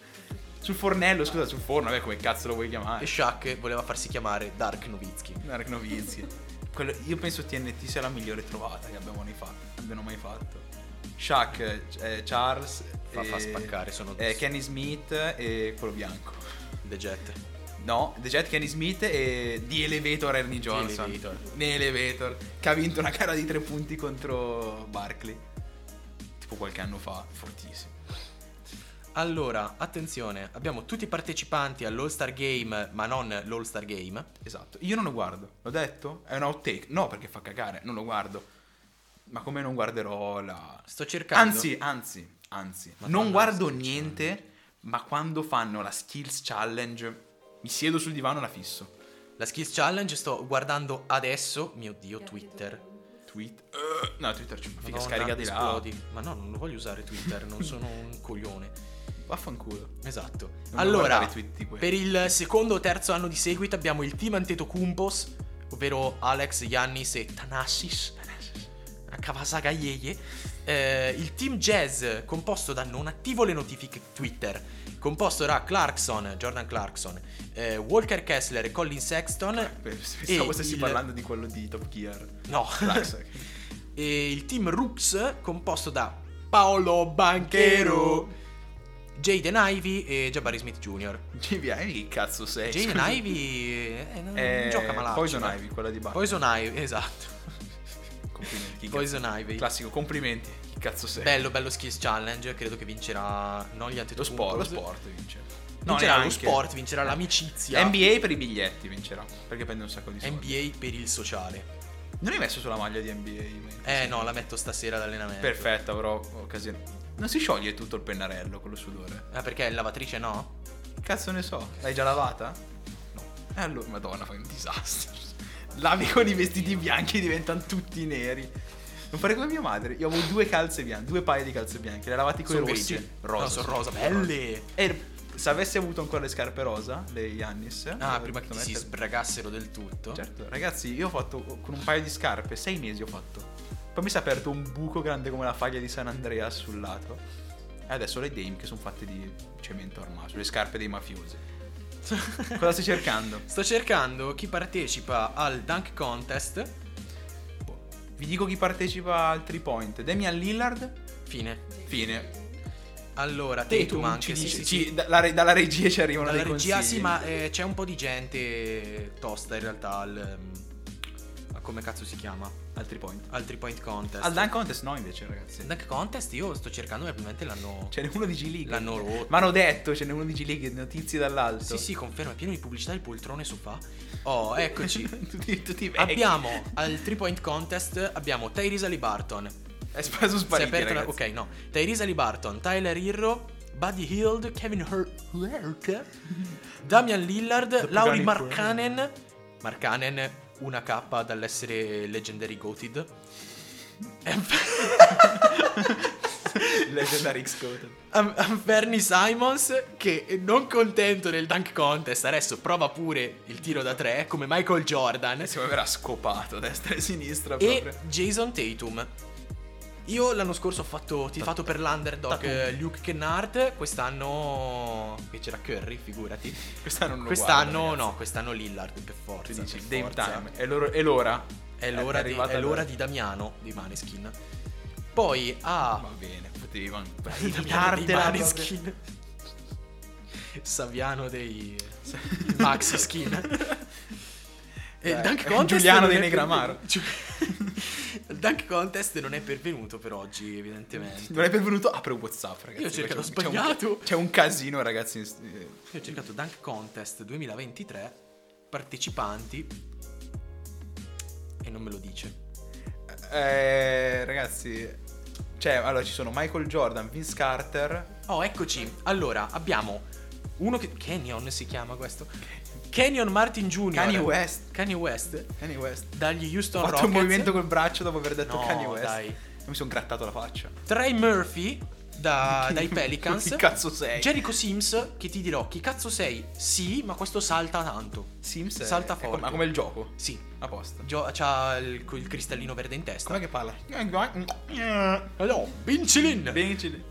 S1: Sul fornello, scusa, sul forno, vabbè, come cazzo lo vuoi
S2: E
S1: chiamare?
S2: Shaq voleva farsi chiamare Dark Nowitzki.
S1: Mark Nowitzki. Quello- io penso TNT sia la migliore trovata che abbiamo mai fatto. Abbiano mai fatto. Shaq, eh, Charles.
S2: Fa-
S1: e-
S2: fa spaccare, sono-
S1: eh, Kenny Smith e quello bianco.
S2: The Jet.
S1: No, The Jet, Kenny Smith e The Elevator Ernie Johnson.
S2: Elevator.
S1: The Elevator. Che ha vinto una gara di tre punti contro Barkley. Tipo qualche anno fa, fortissimo.
S2: Allora, attenzione, abbiamo tutti i partecipanti all'All Star Game, ma non l'All Star Game.
S1: Esatto. Io non lo guardo, l'ho detto? È un outtake. No, perché fa cagare, non lo guardo. Ma come non guarderò la...
S2: Sto cercando.
S1: Anzi, anzi, anzi.
S2: Madonna,
S1: non guardo
S2: sto cercando.
S1: niente, ma quando fanno la Skills Challenge, mi siedo sul divano e la fisso.
S2: la Skills Challenge sto guardando adesso, mio dio, Twitter.
S1: Tweet. Eh, no, Twitter c'è una figa,
S2: Madonna,
S1: scarica di là.
S2: esplodi. Ma no, non lo voglio usare Twitter, non sono un coglione.
S1: Vaffanculo.
S2: Esatto.
S1: Non
S2: allora,
S1: guardare i tweet di quelli.
S2: per il secondo o terzo anno di seguito abbiamo il team Antetokounmpos, ovvero Alex, Yannis e Thanassis. Kawasaka Yeye. Eh, il team jazz composto da non attivo le notifiche Twitter, composto da Clarkson, Jordan Clarkson, eh, Walker Kessler e Colin Sexton.
S1: Pensavo
S2: e
S1: stessi
S2: il-
S1: parlando di quello di Top Gear.
S2: No,
S1: Clarkson.
S2: *laughs* e il team Rooks composto da Paolo Banchero, Jaden Ivy e Jabari Smith Jr.
S1: JVI, che cazzo sei?
S2: Jaden
S1: Eh, Scusa.
S2: Ivy eh, non
S1: Eh,
S2: gioca malaccio.
S1: Poison
S2: eh.
S1: Ivy, quella di Batman.
S2: Poison Ivy, esatto.
S1: Complimenti. che
S2: Poison Ivy.
S1: Classico, complimenti. cazzo sei?
S2: Bello, bello skills challenge. Credo che vincerà. Non gli
S1: Lo sport, lo
S2: antetokounmpos.
S1: sport vince. No,
S2: Vincerà lo
S1: neanche.
S2: sport, vincerà
S1: Eh.
S2: l'amicizia.
S1: NBA per i biglietti vincerà, perché prende un sacco di soldi.
S2: NBA per il sociale.
S1: Non hai messo sulla maglia di NBA?
S2: Eh no, la metto stasera ad allenamento.
S1: Perfetta, avrò occasione. Non si scioglie tutto il pennarello con lo sudore.
S2: Ah, perché lavatrice no?
S1: Cazzo ne so, l'hai già lavata?
S2: No.
S1: E allora, madonna, fai un disastro. Lavi con i vestiti bianchi diventano tutti neri. Non fare come mia madre. Io avevo due calze bianche, due paia di calze bianche. Le ho lavate con
S2: Sono
S1: le
S2: grigie?
S1: rosse.
S2: No, sono rosa, belle.
S1: E se avessi avuto ancora le scarpe rosa, le Yannis.
S2: Ah,
S1: eh,
S2: prima che ti si
S1: mettere-
S2: sbragassero del tutto.
S1: Certo, ragazzi, io ho fatto con un paio di scarpe, sei mesi ho fatto. Poi mi si è aperto un buco grande come la faglia di San Andrea sul lato. E adesso le Dame che sono fatte di cemento armato, le scarpe dei mafiosi. Cosa stai cercando?
S2: *laughs* Sto cercando chi partecipa al dunk contest.
S1: Boh. Vi dico chi partecipa al 3 point. Damian Lillard?
S2: Fine.
S1: Fine.
S2: Allora,
S1: Tatum
S2: Tatum anche
S1: ci
S2: sì,
S1: dice,
S2: sì,
S1: ci-
S2: sì.
S1: dalla re- dalla regia ci arrivano
S2: Dalla
S1: dei
S2: regia sì,
S1: consigli.
S2: ma eh, c'è un po' di gente tosta in realtà al um, a come cazzo si chiama?
S1: Al 3 point.
S2: Al 3 point contest.
S1: Al dunk contest no invece, ragazzi.
S2: dunk contest io sto cercando probabilmente l'hanno
S1: Ce n'è uno di G-League.
S2: l'hanno rotto.
S1: Ma hanno detto, ce n'è uno di G-League, notizie dall'alto.
S2: Sì, sì, conferma, è pieno di pubblicità il poltrone sofà. Oh, eccoci.
S1: *laughs* tutti, tutti vecchi.
S2: abbiamo al 3 point contest abbiamo Tyrese Alibarton.
S1: È speso
S2: Si è
S1: sparito.
S2: aperta una- ok, no. Tyrese Alibarton, Tyler Irro, Buddy Hield, Kevin Hur- Hurt, Damian Lillard,
S1: Dopo Gianni
S2: Lauri Markkanen. Markkanen, una K dall'essere Legendary Goated.
S1: *laughs* Legendary X-Code.
S2: Am- *laughs* Anferni Simons che non contento nel dunk contest adesso prova pure il tiro da tre come Michael Jordan
S1: Secondo me verrà scopato a destra e a sinistra
S2: e
S1: Eh proprio.
S2: Jason Tatum. Io l'anno scorso ho fatto tifato per l'underdog
S1: Tatum.
S2: eh, Luke Kennard, quest'anno che c'era Curry, figurati.
S1: Quest'anno non lo
S2: quest'anno
S1: guardo, ragazzi.
S2: no, quest'anno Lillard per forza.
S1: Tu
S2: per
S1: dici, Dame
S2: forza.
S1: Time. È, l'oro- eh. è l'ora.
S2: È l'ora, di,
S1: arrivata
S2: è l'ora
S1: l'ora.
S2: di Damiano di Maneskin. Poi a
S1: Ah, Va bene, potevi van-
S2: Damiano dei
S1: vantartela,
S2: Maneskin. Saviano dei
S1: *laughs*
S2: Maxi Skin. E il
S1: Dai,
S2: Dunk Contest
S1: Giuliano
S2: non
S1: dei
S2: è
S1: Negramaro.
S2: pervenuto. Giu- *laughs* il Dunk Contest non è pervenuto per oggi, evidentemente.
S1: Non è benvenuto? Apre un WhatsApp, ragazzi.
S2: Io ho cercato
S1: C'è un-
S2: sbagliato.
S1: C'è un, c'è un casino, ragazzi. in st- eh,
S2: Io ho cercato Dunk Contest 2023, partecipanti, e non me lo dice.
S1: eh, ragazzi, cioè, allora ci sono Michael Jordan, Vince Carter.
S2: Oh, eccoci. Allora, abbiamo uno che... Canyon si chiama questo. Canyon Martin Jr.
S1: Kanye West.
S2: Kanye West.
S1: Kanye West.
S2: Dagli
S1: Ho
S2: Houston
S1: fatto
S2: Rockets.
S1: un movimento col braccio dopo aver detto
S2: No,
S1: Kanye West.
S2: dai.
S1: E mi sono grattato la faccia.
S2: Trey Murphy
S1: *laughs*
S2: da- dai
S1: Chi-
S2: Pelicans.
S1: Chi cazzo sei?
S2: Jericho Sims, che ti dirò, chi cazzo sei? Sì, ma questo salta tanto.
S1: Sims è-
S2: Salta
S1: è
S2: forte.
S1: com- ma come il gioco?
S2: Sì.
S1: A posto.
S2: Gio- c'ha il, il cristallino verde in testa.
S1: Com'è che parla?
S2: No,
S1: oh,
S2: Vincilin!
S1: Vincili.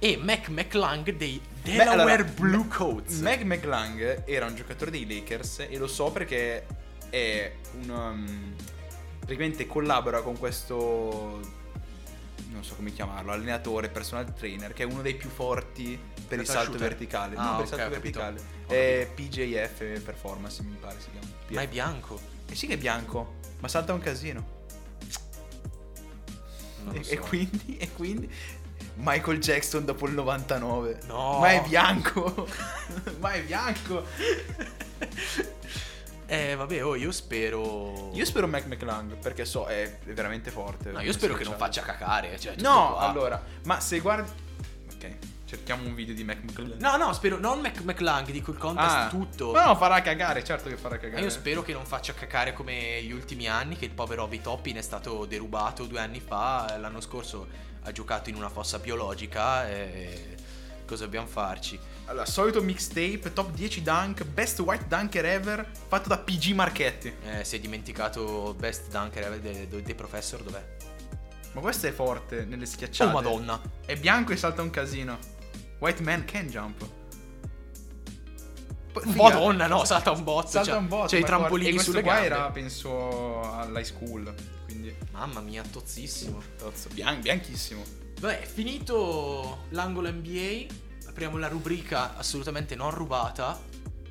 S2: e Mac McLung dei
S1: Beh,
S2: Delaware
S1: allora,
S2: Blue
S1: Ma-
S2: Coats.
S1: Meg McLung era un giocatore dei Lakers e lo so perché è un... um, praticamente collabora con questo... Non so come chiamarlo, allenatore, personal trainer, che è uno dei più forti per il
S2: Data
S1: salto
S2: shooter.
S1: verticale.
S2: Ah,
S1: no, per
S2: ok,
S1: il salto
S2: ho capito.
S1: verticale.
S2: Ho
S1: È PJF Performance, mi pare si chiama.
S2: ma è bianco.
S1: Eh sì che è bianco, ma salta un casino.
S2: Non lo
S1: E,
S2: so.
S1: e quindi, e quindi Michael Jackson dopo il 99.
S2: No. Oh.
S1: Ma è bianco. *laughs* ma è bianco.
S2: Eh, vabbè, oh, io spero.
S1: Io spero Mac McClung perché so, è è veramente forte.
S2: No, io spero che non faccia cacare. Cioè, tutto
S1: No,
S2: qua.
S1: allora, ma se guardi... Ok, cerchiamo un video di Mac McClung.
S2: No, no, spero. Non Mac McLung, dico il contest
S1: Ah.
S2: tutto.
S1: Ma no, farà cagare, certo che farà
S2: Ma
S1: cagare.
S2: io spero che non faccia cacare come gli ultimi anni, che il povero Obi Toppin è stato derubato due anni fa, l'anno scorso ha giocato in una fossa biologica e cosa dobbiamo farci?
S1: Allora, solito mixtape, top 10 dunk, best white dunker ever, fatto da PG Marchetti.
S2: Eh, si è dimenticato Best Dunker ever de, de- de Professor, dov'è?
S1: Oh, Ma questo è forte nelle schiacciate.
S2: Oh madonna!
S1: È bianco e salta un casino. White man can jump. Poi, figa,
S2: Madonna, no, salta un botto!
S1: Salta
S2: cioè,
S1: un botto.
S2: Cioè i
S1: ma guarda- E
S2: trampolini
S1: questo
S2: sulle
S1: qua
S2: gambe.
S1: era, penso, all'high school. Quindi,
S2: Mamma mia, tozzissimo.
S1: tozzo, bian- bianchissimo.
S2: Vabbè, è finito l'angolo NBA. Apriamo la rubrica assolutamente non rubata,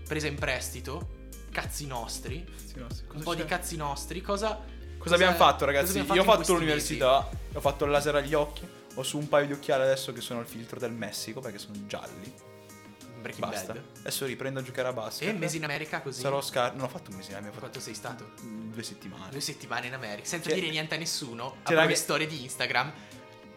S2: presa in prestito, cazzi nostri.
S1: Sì, no, sì,
S2: un
S1: cosa
S2: po'
S1: c'è?
S2: di cazzi nostri. Cosa,
S1: Cosa abbiamo fatto,
S2: cosa
S1: ragazzi?
S2: abbiamo
S1: Io ho
S2: in
S1: fatto
S2: questi mesi?
S1: l'università. ho fatto il laser agli occhi, ho su un paio di occhiali adesso che sono al filtro del Messico perché sono gialli.
S2: Breaking
S1: Basta.
S2: Bad.
S1: Adesso riprendo a giocare a basket.
S2: E un mese Eh, in America così?
S1: Sarò scarso. Non ho fatto un mese, mi ho fatto
S2: Quanto sei stato?
S1: due settimane.
S2: Due settimane in America, senza
S1: C'è-
S2: dire niente a nessuno.
S1: c'è
S2: C'era
S1: la
S2: le
S1: mia-
S2: storie di Instagram.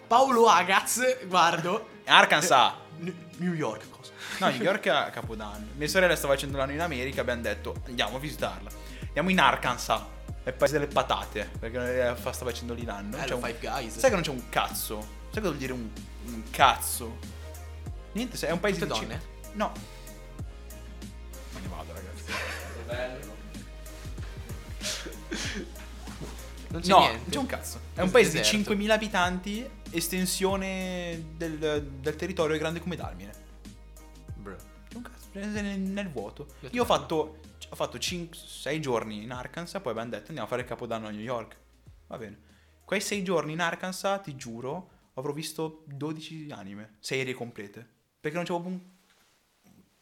S2: Paolo Agaz, guardo.
S1: *laughs* Arkansas!
S2: N- New York, cosa?
S1: No, New York è a Capodanno. Mia sorella stava facendo l'anno in America, abbiamo detto andiamo a visitarla. Andiamo in Arkansas, è il paese delle patate, perché eh, fa- sta facendo lì l'anno.
S2: Bello,
S1: C'è un-
S2: Five Guys.
S1: Sai che non c'è un cazzo? Sai cosa vuol dire un, un cazzo? Niente, sai, è un paese
S2: Tutte
S1: di
S2: donne?
S1: cin- No. Ma ne vado, ragazzi.
S2: Non c'è
S1: no,
S2: niente.
S1: non c'è un cazzo. È
S2: Questo
S1: un paese
S2: deserto.
S1: di 5.000 abitanti, estensione del, del territorio grande come Dalmine.
S2: Bro.
S1: C'è un cazzo, cioè, nel, nel vuoto. Io
S2: Io
S1: ho
S2: te lo-
S1: fatto, ho fatto 6 giorni in Arkansas, poi abbiamo detto andiamo a fare il capodanno a New York. Va bene. Quei 6 giorni in Arkansas, ti giuro, avrò visto 12 anime, serie complete. Perché non c'è proprio un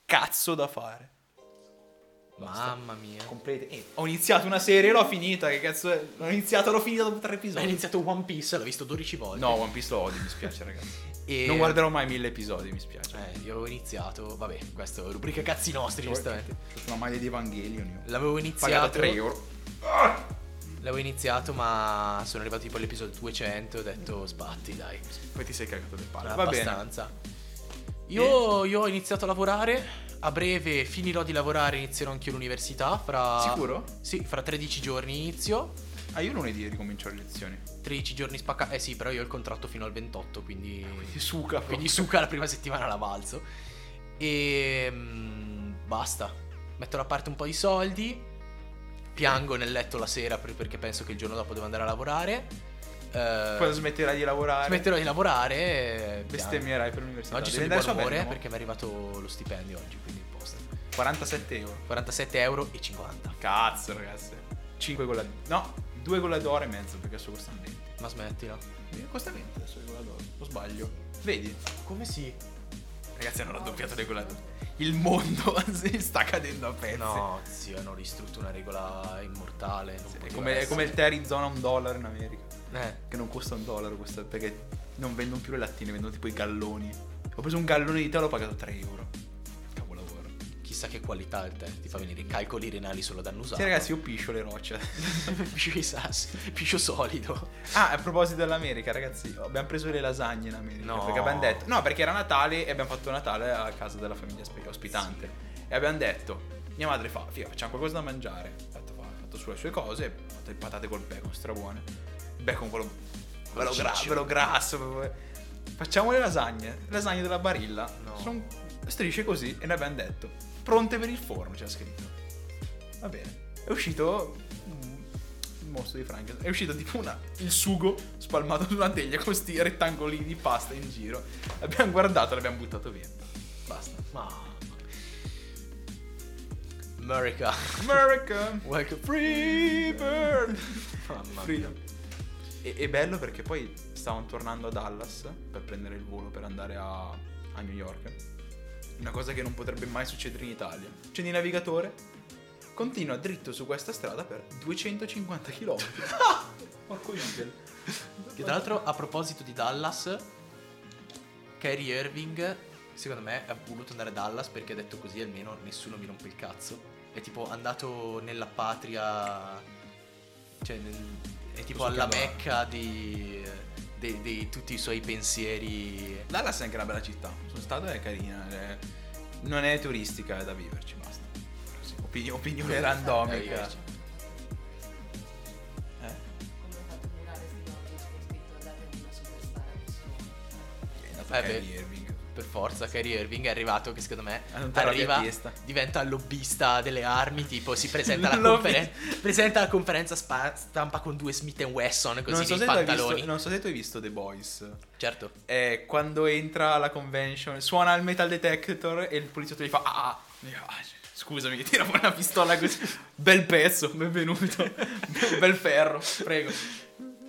S1: cazzo da fare. Basta.
S2: Mamma mia.
S1: Complete. Eh, ho iniziato una serie e l'ho finita. Che cazzo è? L'ho iniziata, l'ho finita dopo tre
S2: Ho
S1: episodi.
S2: iniziato One Piece, l'ho visto 12 volte.
S1: No, One Piece lo odio, mi spiace, ragazzi.
S2: *laughs* E-
S1: Non guarderò mai mille episodi, mi spiace.
S2: Eh, io avevo iniziato. Vabbè, questo è rubrica cazzi nostri, giustamente.
S1: Sono maglia di Evangelion. Io.
S2: L'avevo iniziato.
S1: Pagata 3 euro.
S2: L'avevo iniziato, ma sono arrivato tipo all'episodio 200 e ho detto sbatti, dai.
S1: Poi ti sei cagato le palle.
S2: Era
S1: Va bene.
S2: abbastanza. Io, io ho iniziato a lavorare. A breve finirò di lavorare, inizierò anch'io l'università. Fra...
S1: Sicuro?
S2: Sì, fra 13 giorni inizio.
S1: Ah, io lunedì ricomincio le lezioni.
S2: 13 giorni spacca. Eh sì, però io ho il contratto fino al 28,
S1: Ah,
S2: quindi.
S1: suca.
S2: Quindi suca la prima settimana la balzo. E. mm, basta. Metto da parte un po' di soldi. Piango nel letto la sera per- perché penso che il giorno dopo devo andare a lavorare. Eh,
S1: Quando smetterai di lavorare.
S2: smetterò di lavorare. e piango.
S1: Bestemmierai per l'università.
S2: Oggi sono
S1: Devi
S2: di
S1: andare
S2: buon
S1: su
S2: umore
S1: Vendomo.
S2: perché mi è arrivato lo stipendio oggi, quindi posto.
S1: 47 euro.
S2: 47,50 euro. e 50.
S1: Cazzo, ragazzi. 5 con la... No, 2 con la d'oro e mezzo perché adesso costano 20.
S2: Ma smettila.
S1: Eh, Costa 20 adesso con la d'oro. O sbaglio. Vedi?
S2: Come si?
S1: Ragazzi hanno raddoppiato le gola d'oro. Il mondo *laughs* si sta cadendo a pezzi.
S2: No, zio, hanno distrutto una regola immortale. non
S1: Sì, È
S2: poteva
S1: Cioè, come, è
S2: essere.
S1: come il tè Arizona a un dollaro in America.
S2: Eh.
S1: Che non costa un dollaro questa. Perché non vendono più le lattine, vendono tipo i galloni. Ho preso un gallone di tè e l'ho pagato 3 euro. Cavolavoro.
S2: Chissà che qualità ha il tè, ti fa venire i calcoli renali solo da annusare.
S1: Sì, ragazzi, io piscio le rocce.
S2: *laughs* piscio i sassi, piscio solido.
S1: ah, a proposito dell'America, ragazzi, abbiamo preso le lasagne in America.
S2: No.
S1: Perché abbiamo detto. No, perché era Natale e abbiamo fatto Natale a casa della famiglia spe- ospitante. E abbiamo detto. Mia madre fa, figa, facciamo qualcosa da mangiare. Ha fatto, fa- ha fatto sulle sue cose, ha fatto le patate col bacon, strabuone. Il bacon quello. Quello, gra-
S2: Ciccio.
S1: quello grasso. proprio. Facciamo le lasagne. Lasagne della barilla.
S2: No.
S1: Sono strisce così e ne abbiamo detto. Pronte per il forno, c'è scritto. Va bene. È uscito un- il mostro di Frankenstein. È uscito tipo una, il sugo spalmato su una teglia con questi rettangolini di pasta in giro. L'abbiamo guardato e l'abbiamo buttato via. Basta.
S2: Ma... America.
S1: America!
S2: Welcome
S1: Free bird!
S2: Mamma
S1: Free.
S2: mia.
S1: E, è bello perché poi stavamo tornando a Dallas per prendere il volo per andare a, a New York. Una cosa che non potrebbe mai succedere in Italia. C'è il navigatore. Continua dritto su questa strada per 250 km.
S2: *laughs*
S1: Porco Intel.
S2: Che tra l'altro, a proposito di Dallas, Kyrie Irving, secondo me, ha voluto andare a Dallas perché ha detto così almeno nessuno mi rompe il cazzo. È tipo andato nella patria, cioè nel- è tipo
S1: Posso
S2: alla
S1: chiamare?
S2: mecca di, dei- dei- tutti i suoi pensieri.
S1: Dallas è anche una bella città. Sono stato è carina. è- Non è turistica, è da viverci, basta. Così, opini- opinione randomica.
S2: viverci.
S1: Eh?
S3: Come ho fatto virale sti nomi, c'è scritto datemi una superstar a nessuno.
S1: È andato
S2: Eh
S1: Kyrie
S2: beh.
S1: Irving.
S2: Per forza, Kyrie Irving è arrivato che secondo me
S1: Ah, non te l'arrabbi
S2: arriva,
S1: a testa.
S2: diventa lobbista delle armi, tipo si presenta
S1: *laughs*
S2: alla,
S1: Lobby-
S2: conferen- presenta alla conferenza spa- stampa con due Smith Wesson così
S1: Non so,
S2: nei
S1: se tu hai
S2: pantaloni.
S1: visto, non so se tu hai visto The Boys.
S2: Certo.
S1: È quando entra alla convention, suona il metal detector e il poliziotto gli fa ah, ah." E io, "Ah, scusami, *laughs* tira fuori una pistola così. Bel pezzo, benvenuto. Bel ferro, prego.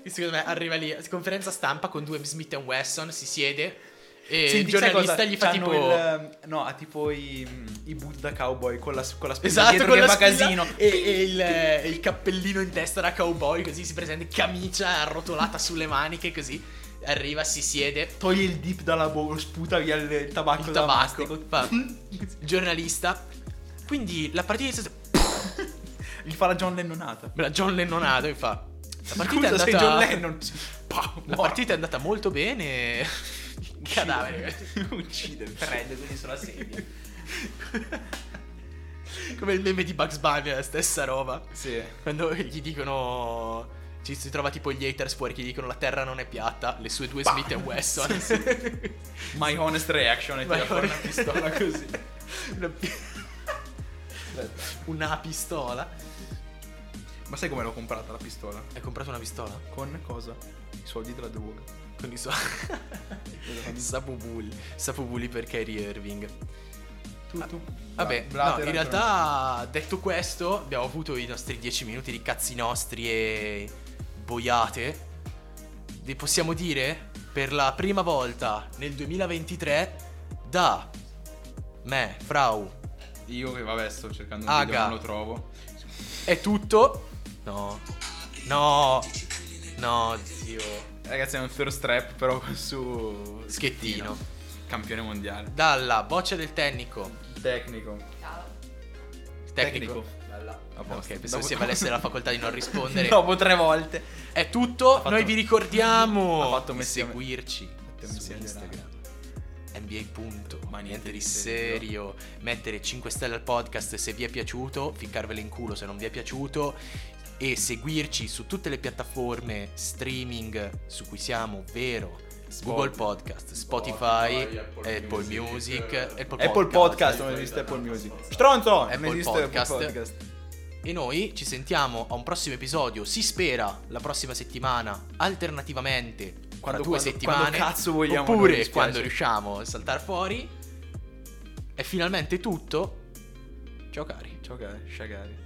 S2: Secondo me arriva lì, conferenza stampa con due Smith Wesson, si siede E
S1: Senti,
S2: il
S1: sai
S2: giornalista
S1: cosa?
S2: gli fa
S1: C'hanno
S2: tipo...
S1: il, ehm, no, ha tipo i, i Buddha cowboy con la, con la spina
S2: Esatto,
S1: dietro
S2: con
S1: che
S2: la
S1: fa
S2: spilla
S1: casino.
S2: e, e il, e il cappellino in testa da cowboy, così si presenta, camicia arrotolata sulle maniche, così arriva, si siede,
S1: Toglie il dip dalla bocca, sputa via il, il tabacco
S2: il
S1: dal
S2: tabacco,
S1: mastico.
S2: fa, *laughs* giornalista. Quindi la partita è stata...
S1: *laughs* Gli fa la John Lennonata.
S2: Me la John Lennonato e fa... La partita,
S1: Scusa,
S2: è
S1: sei
S2: andata...
S1: John Lennon. Pa,
S2: *laughs* la
S1: morto.
S2: partita è andata molto bene. *laughs* Cadavere.
S1: Uccide, prende quindi sulla sedia.
S2: Come il meme di Bugs Bunny, è la stessa roba.
S1: Sì.
S2: Quando gli dicono. Ci si trova tipo gli haters fuori che gli dicono la terra non è piatta, le sue due
S1: Bah.
S2: Smith e Wesson.
S1: Sì,
S2: *laughs*
S1: My honest reaction è
S2: Ma
S1: tirare fuori
S2: ora-
S1: una pistola così.
S2: *laughs* una, pi- *laughs* una pistola.
S1: Ma sai come l'ho comprata la pistola?
S2: Hai comprato una pistola?
S1: Con cosa? I soldi della droga.
S2: Con i suoi. *laughs* Sapo bully. Sapo bully per Kyrie Irving.
S1: Tu, tu.
S2: Ah, Vabbè,
S1: Bra-
S2: no,
S1: Blatter
S2: in
S1: ancora
S2: realtà, detto questo, abbiamo avuto i nostri 10 minuti di cazzi nostri e boiate. E possiamo dire, per la prima volta nel 2023, da me, Frau,
S1: no. Io che vabbè sto cercando un
S2: Aga.
S1: video, non lo trovo.
S2: è tutto. No, no, no, zio.
S1: Ragazzi è un first trap però *laughs* su...
S2: Schettino.
S1: Campione mondiale.
S2: Dalla boccia del tecnico.
S1: Tecnico.
S3: Ciao.
S2: Tecnico.
S1: A posto.
S2: Ok, pensavo
S1: Dopo-
S2: sia
S1: *laughs*
S2: valesse la facoltà di non rispondere.
S1: Dopo tre volte.
S2: È tutto,
S1: fatto-
S2: noi vi ricordiamo
S1: *laughs* Ha fatto
S2: di
S1: Messi a-
S2: seguirci
S1: fatto Messi
S2: su
S1: a
S2: Instagram. NBA punto,
S1: Ma
S2: ma niente di
S1: serio.
S2: serio. Mettere 5 stelle al podcast se vi è piaciuto, ficcarvele in culo se non vi è piaciuto e seguirci su tutte le piattaforme streaming su cui siamo, ovvero
S1: Spot-
S2: Google Podcast, Spotify,
S4: Spotify,
S2: Apple,
S4: Apple
S2: Music,
S4: Music,
S2: Apple,
S1: Apple Podcast, non esiste Apple Music. Stronzo!
S2: Apple
S1: non esiste
S2: Podcast.
S1: Apple Podcast.
S2: E noi ci sentiamo a un prossimo episodio, si spera la prossima settimana, alternativamente
S1: Quando-
S2: quando, due
S1: quando-
S2: settimane,
S1: quando cazzo vogliamo, non mi
S2: oppure
S1: dispiace.
S2: quando riusciamo a saltare fuori. È finalmente tutto. Ciao cari.
S1: Ciao cari, sciagari.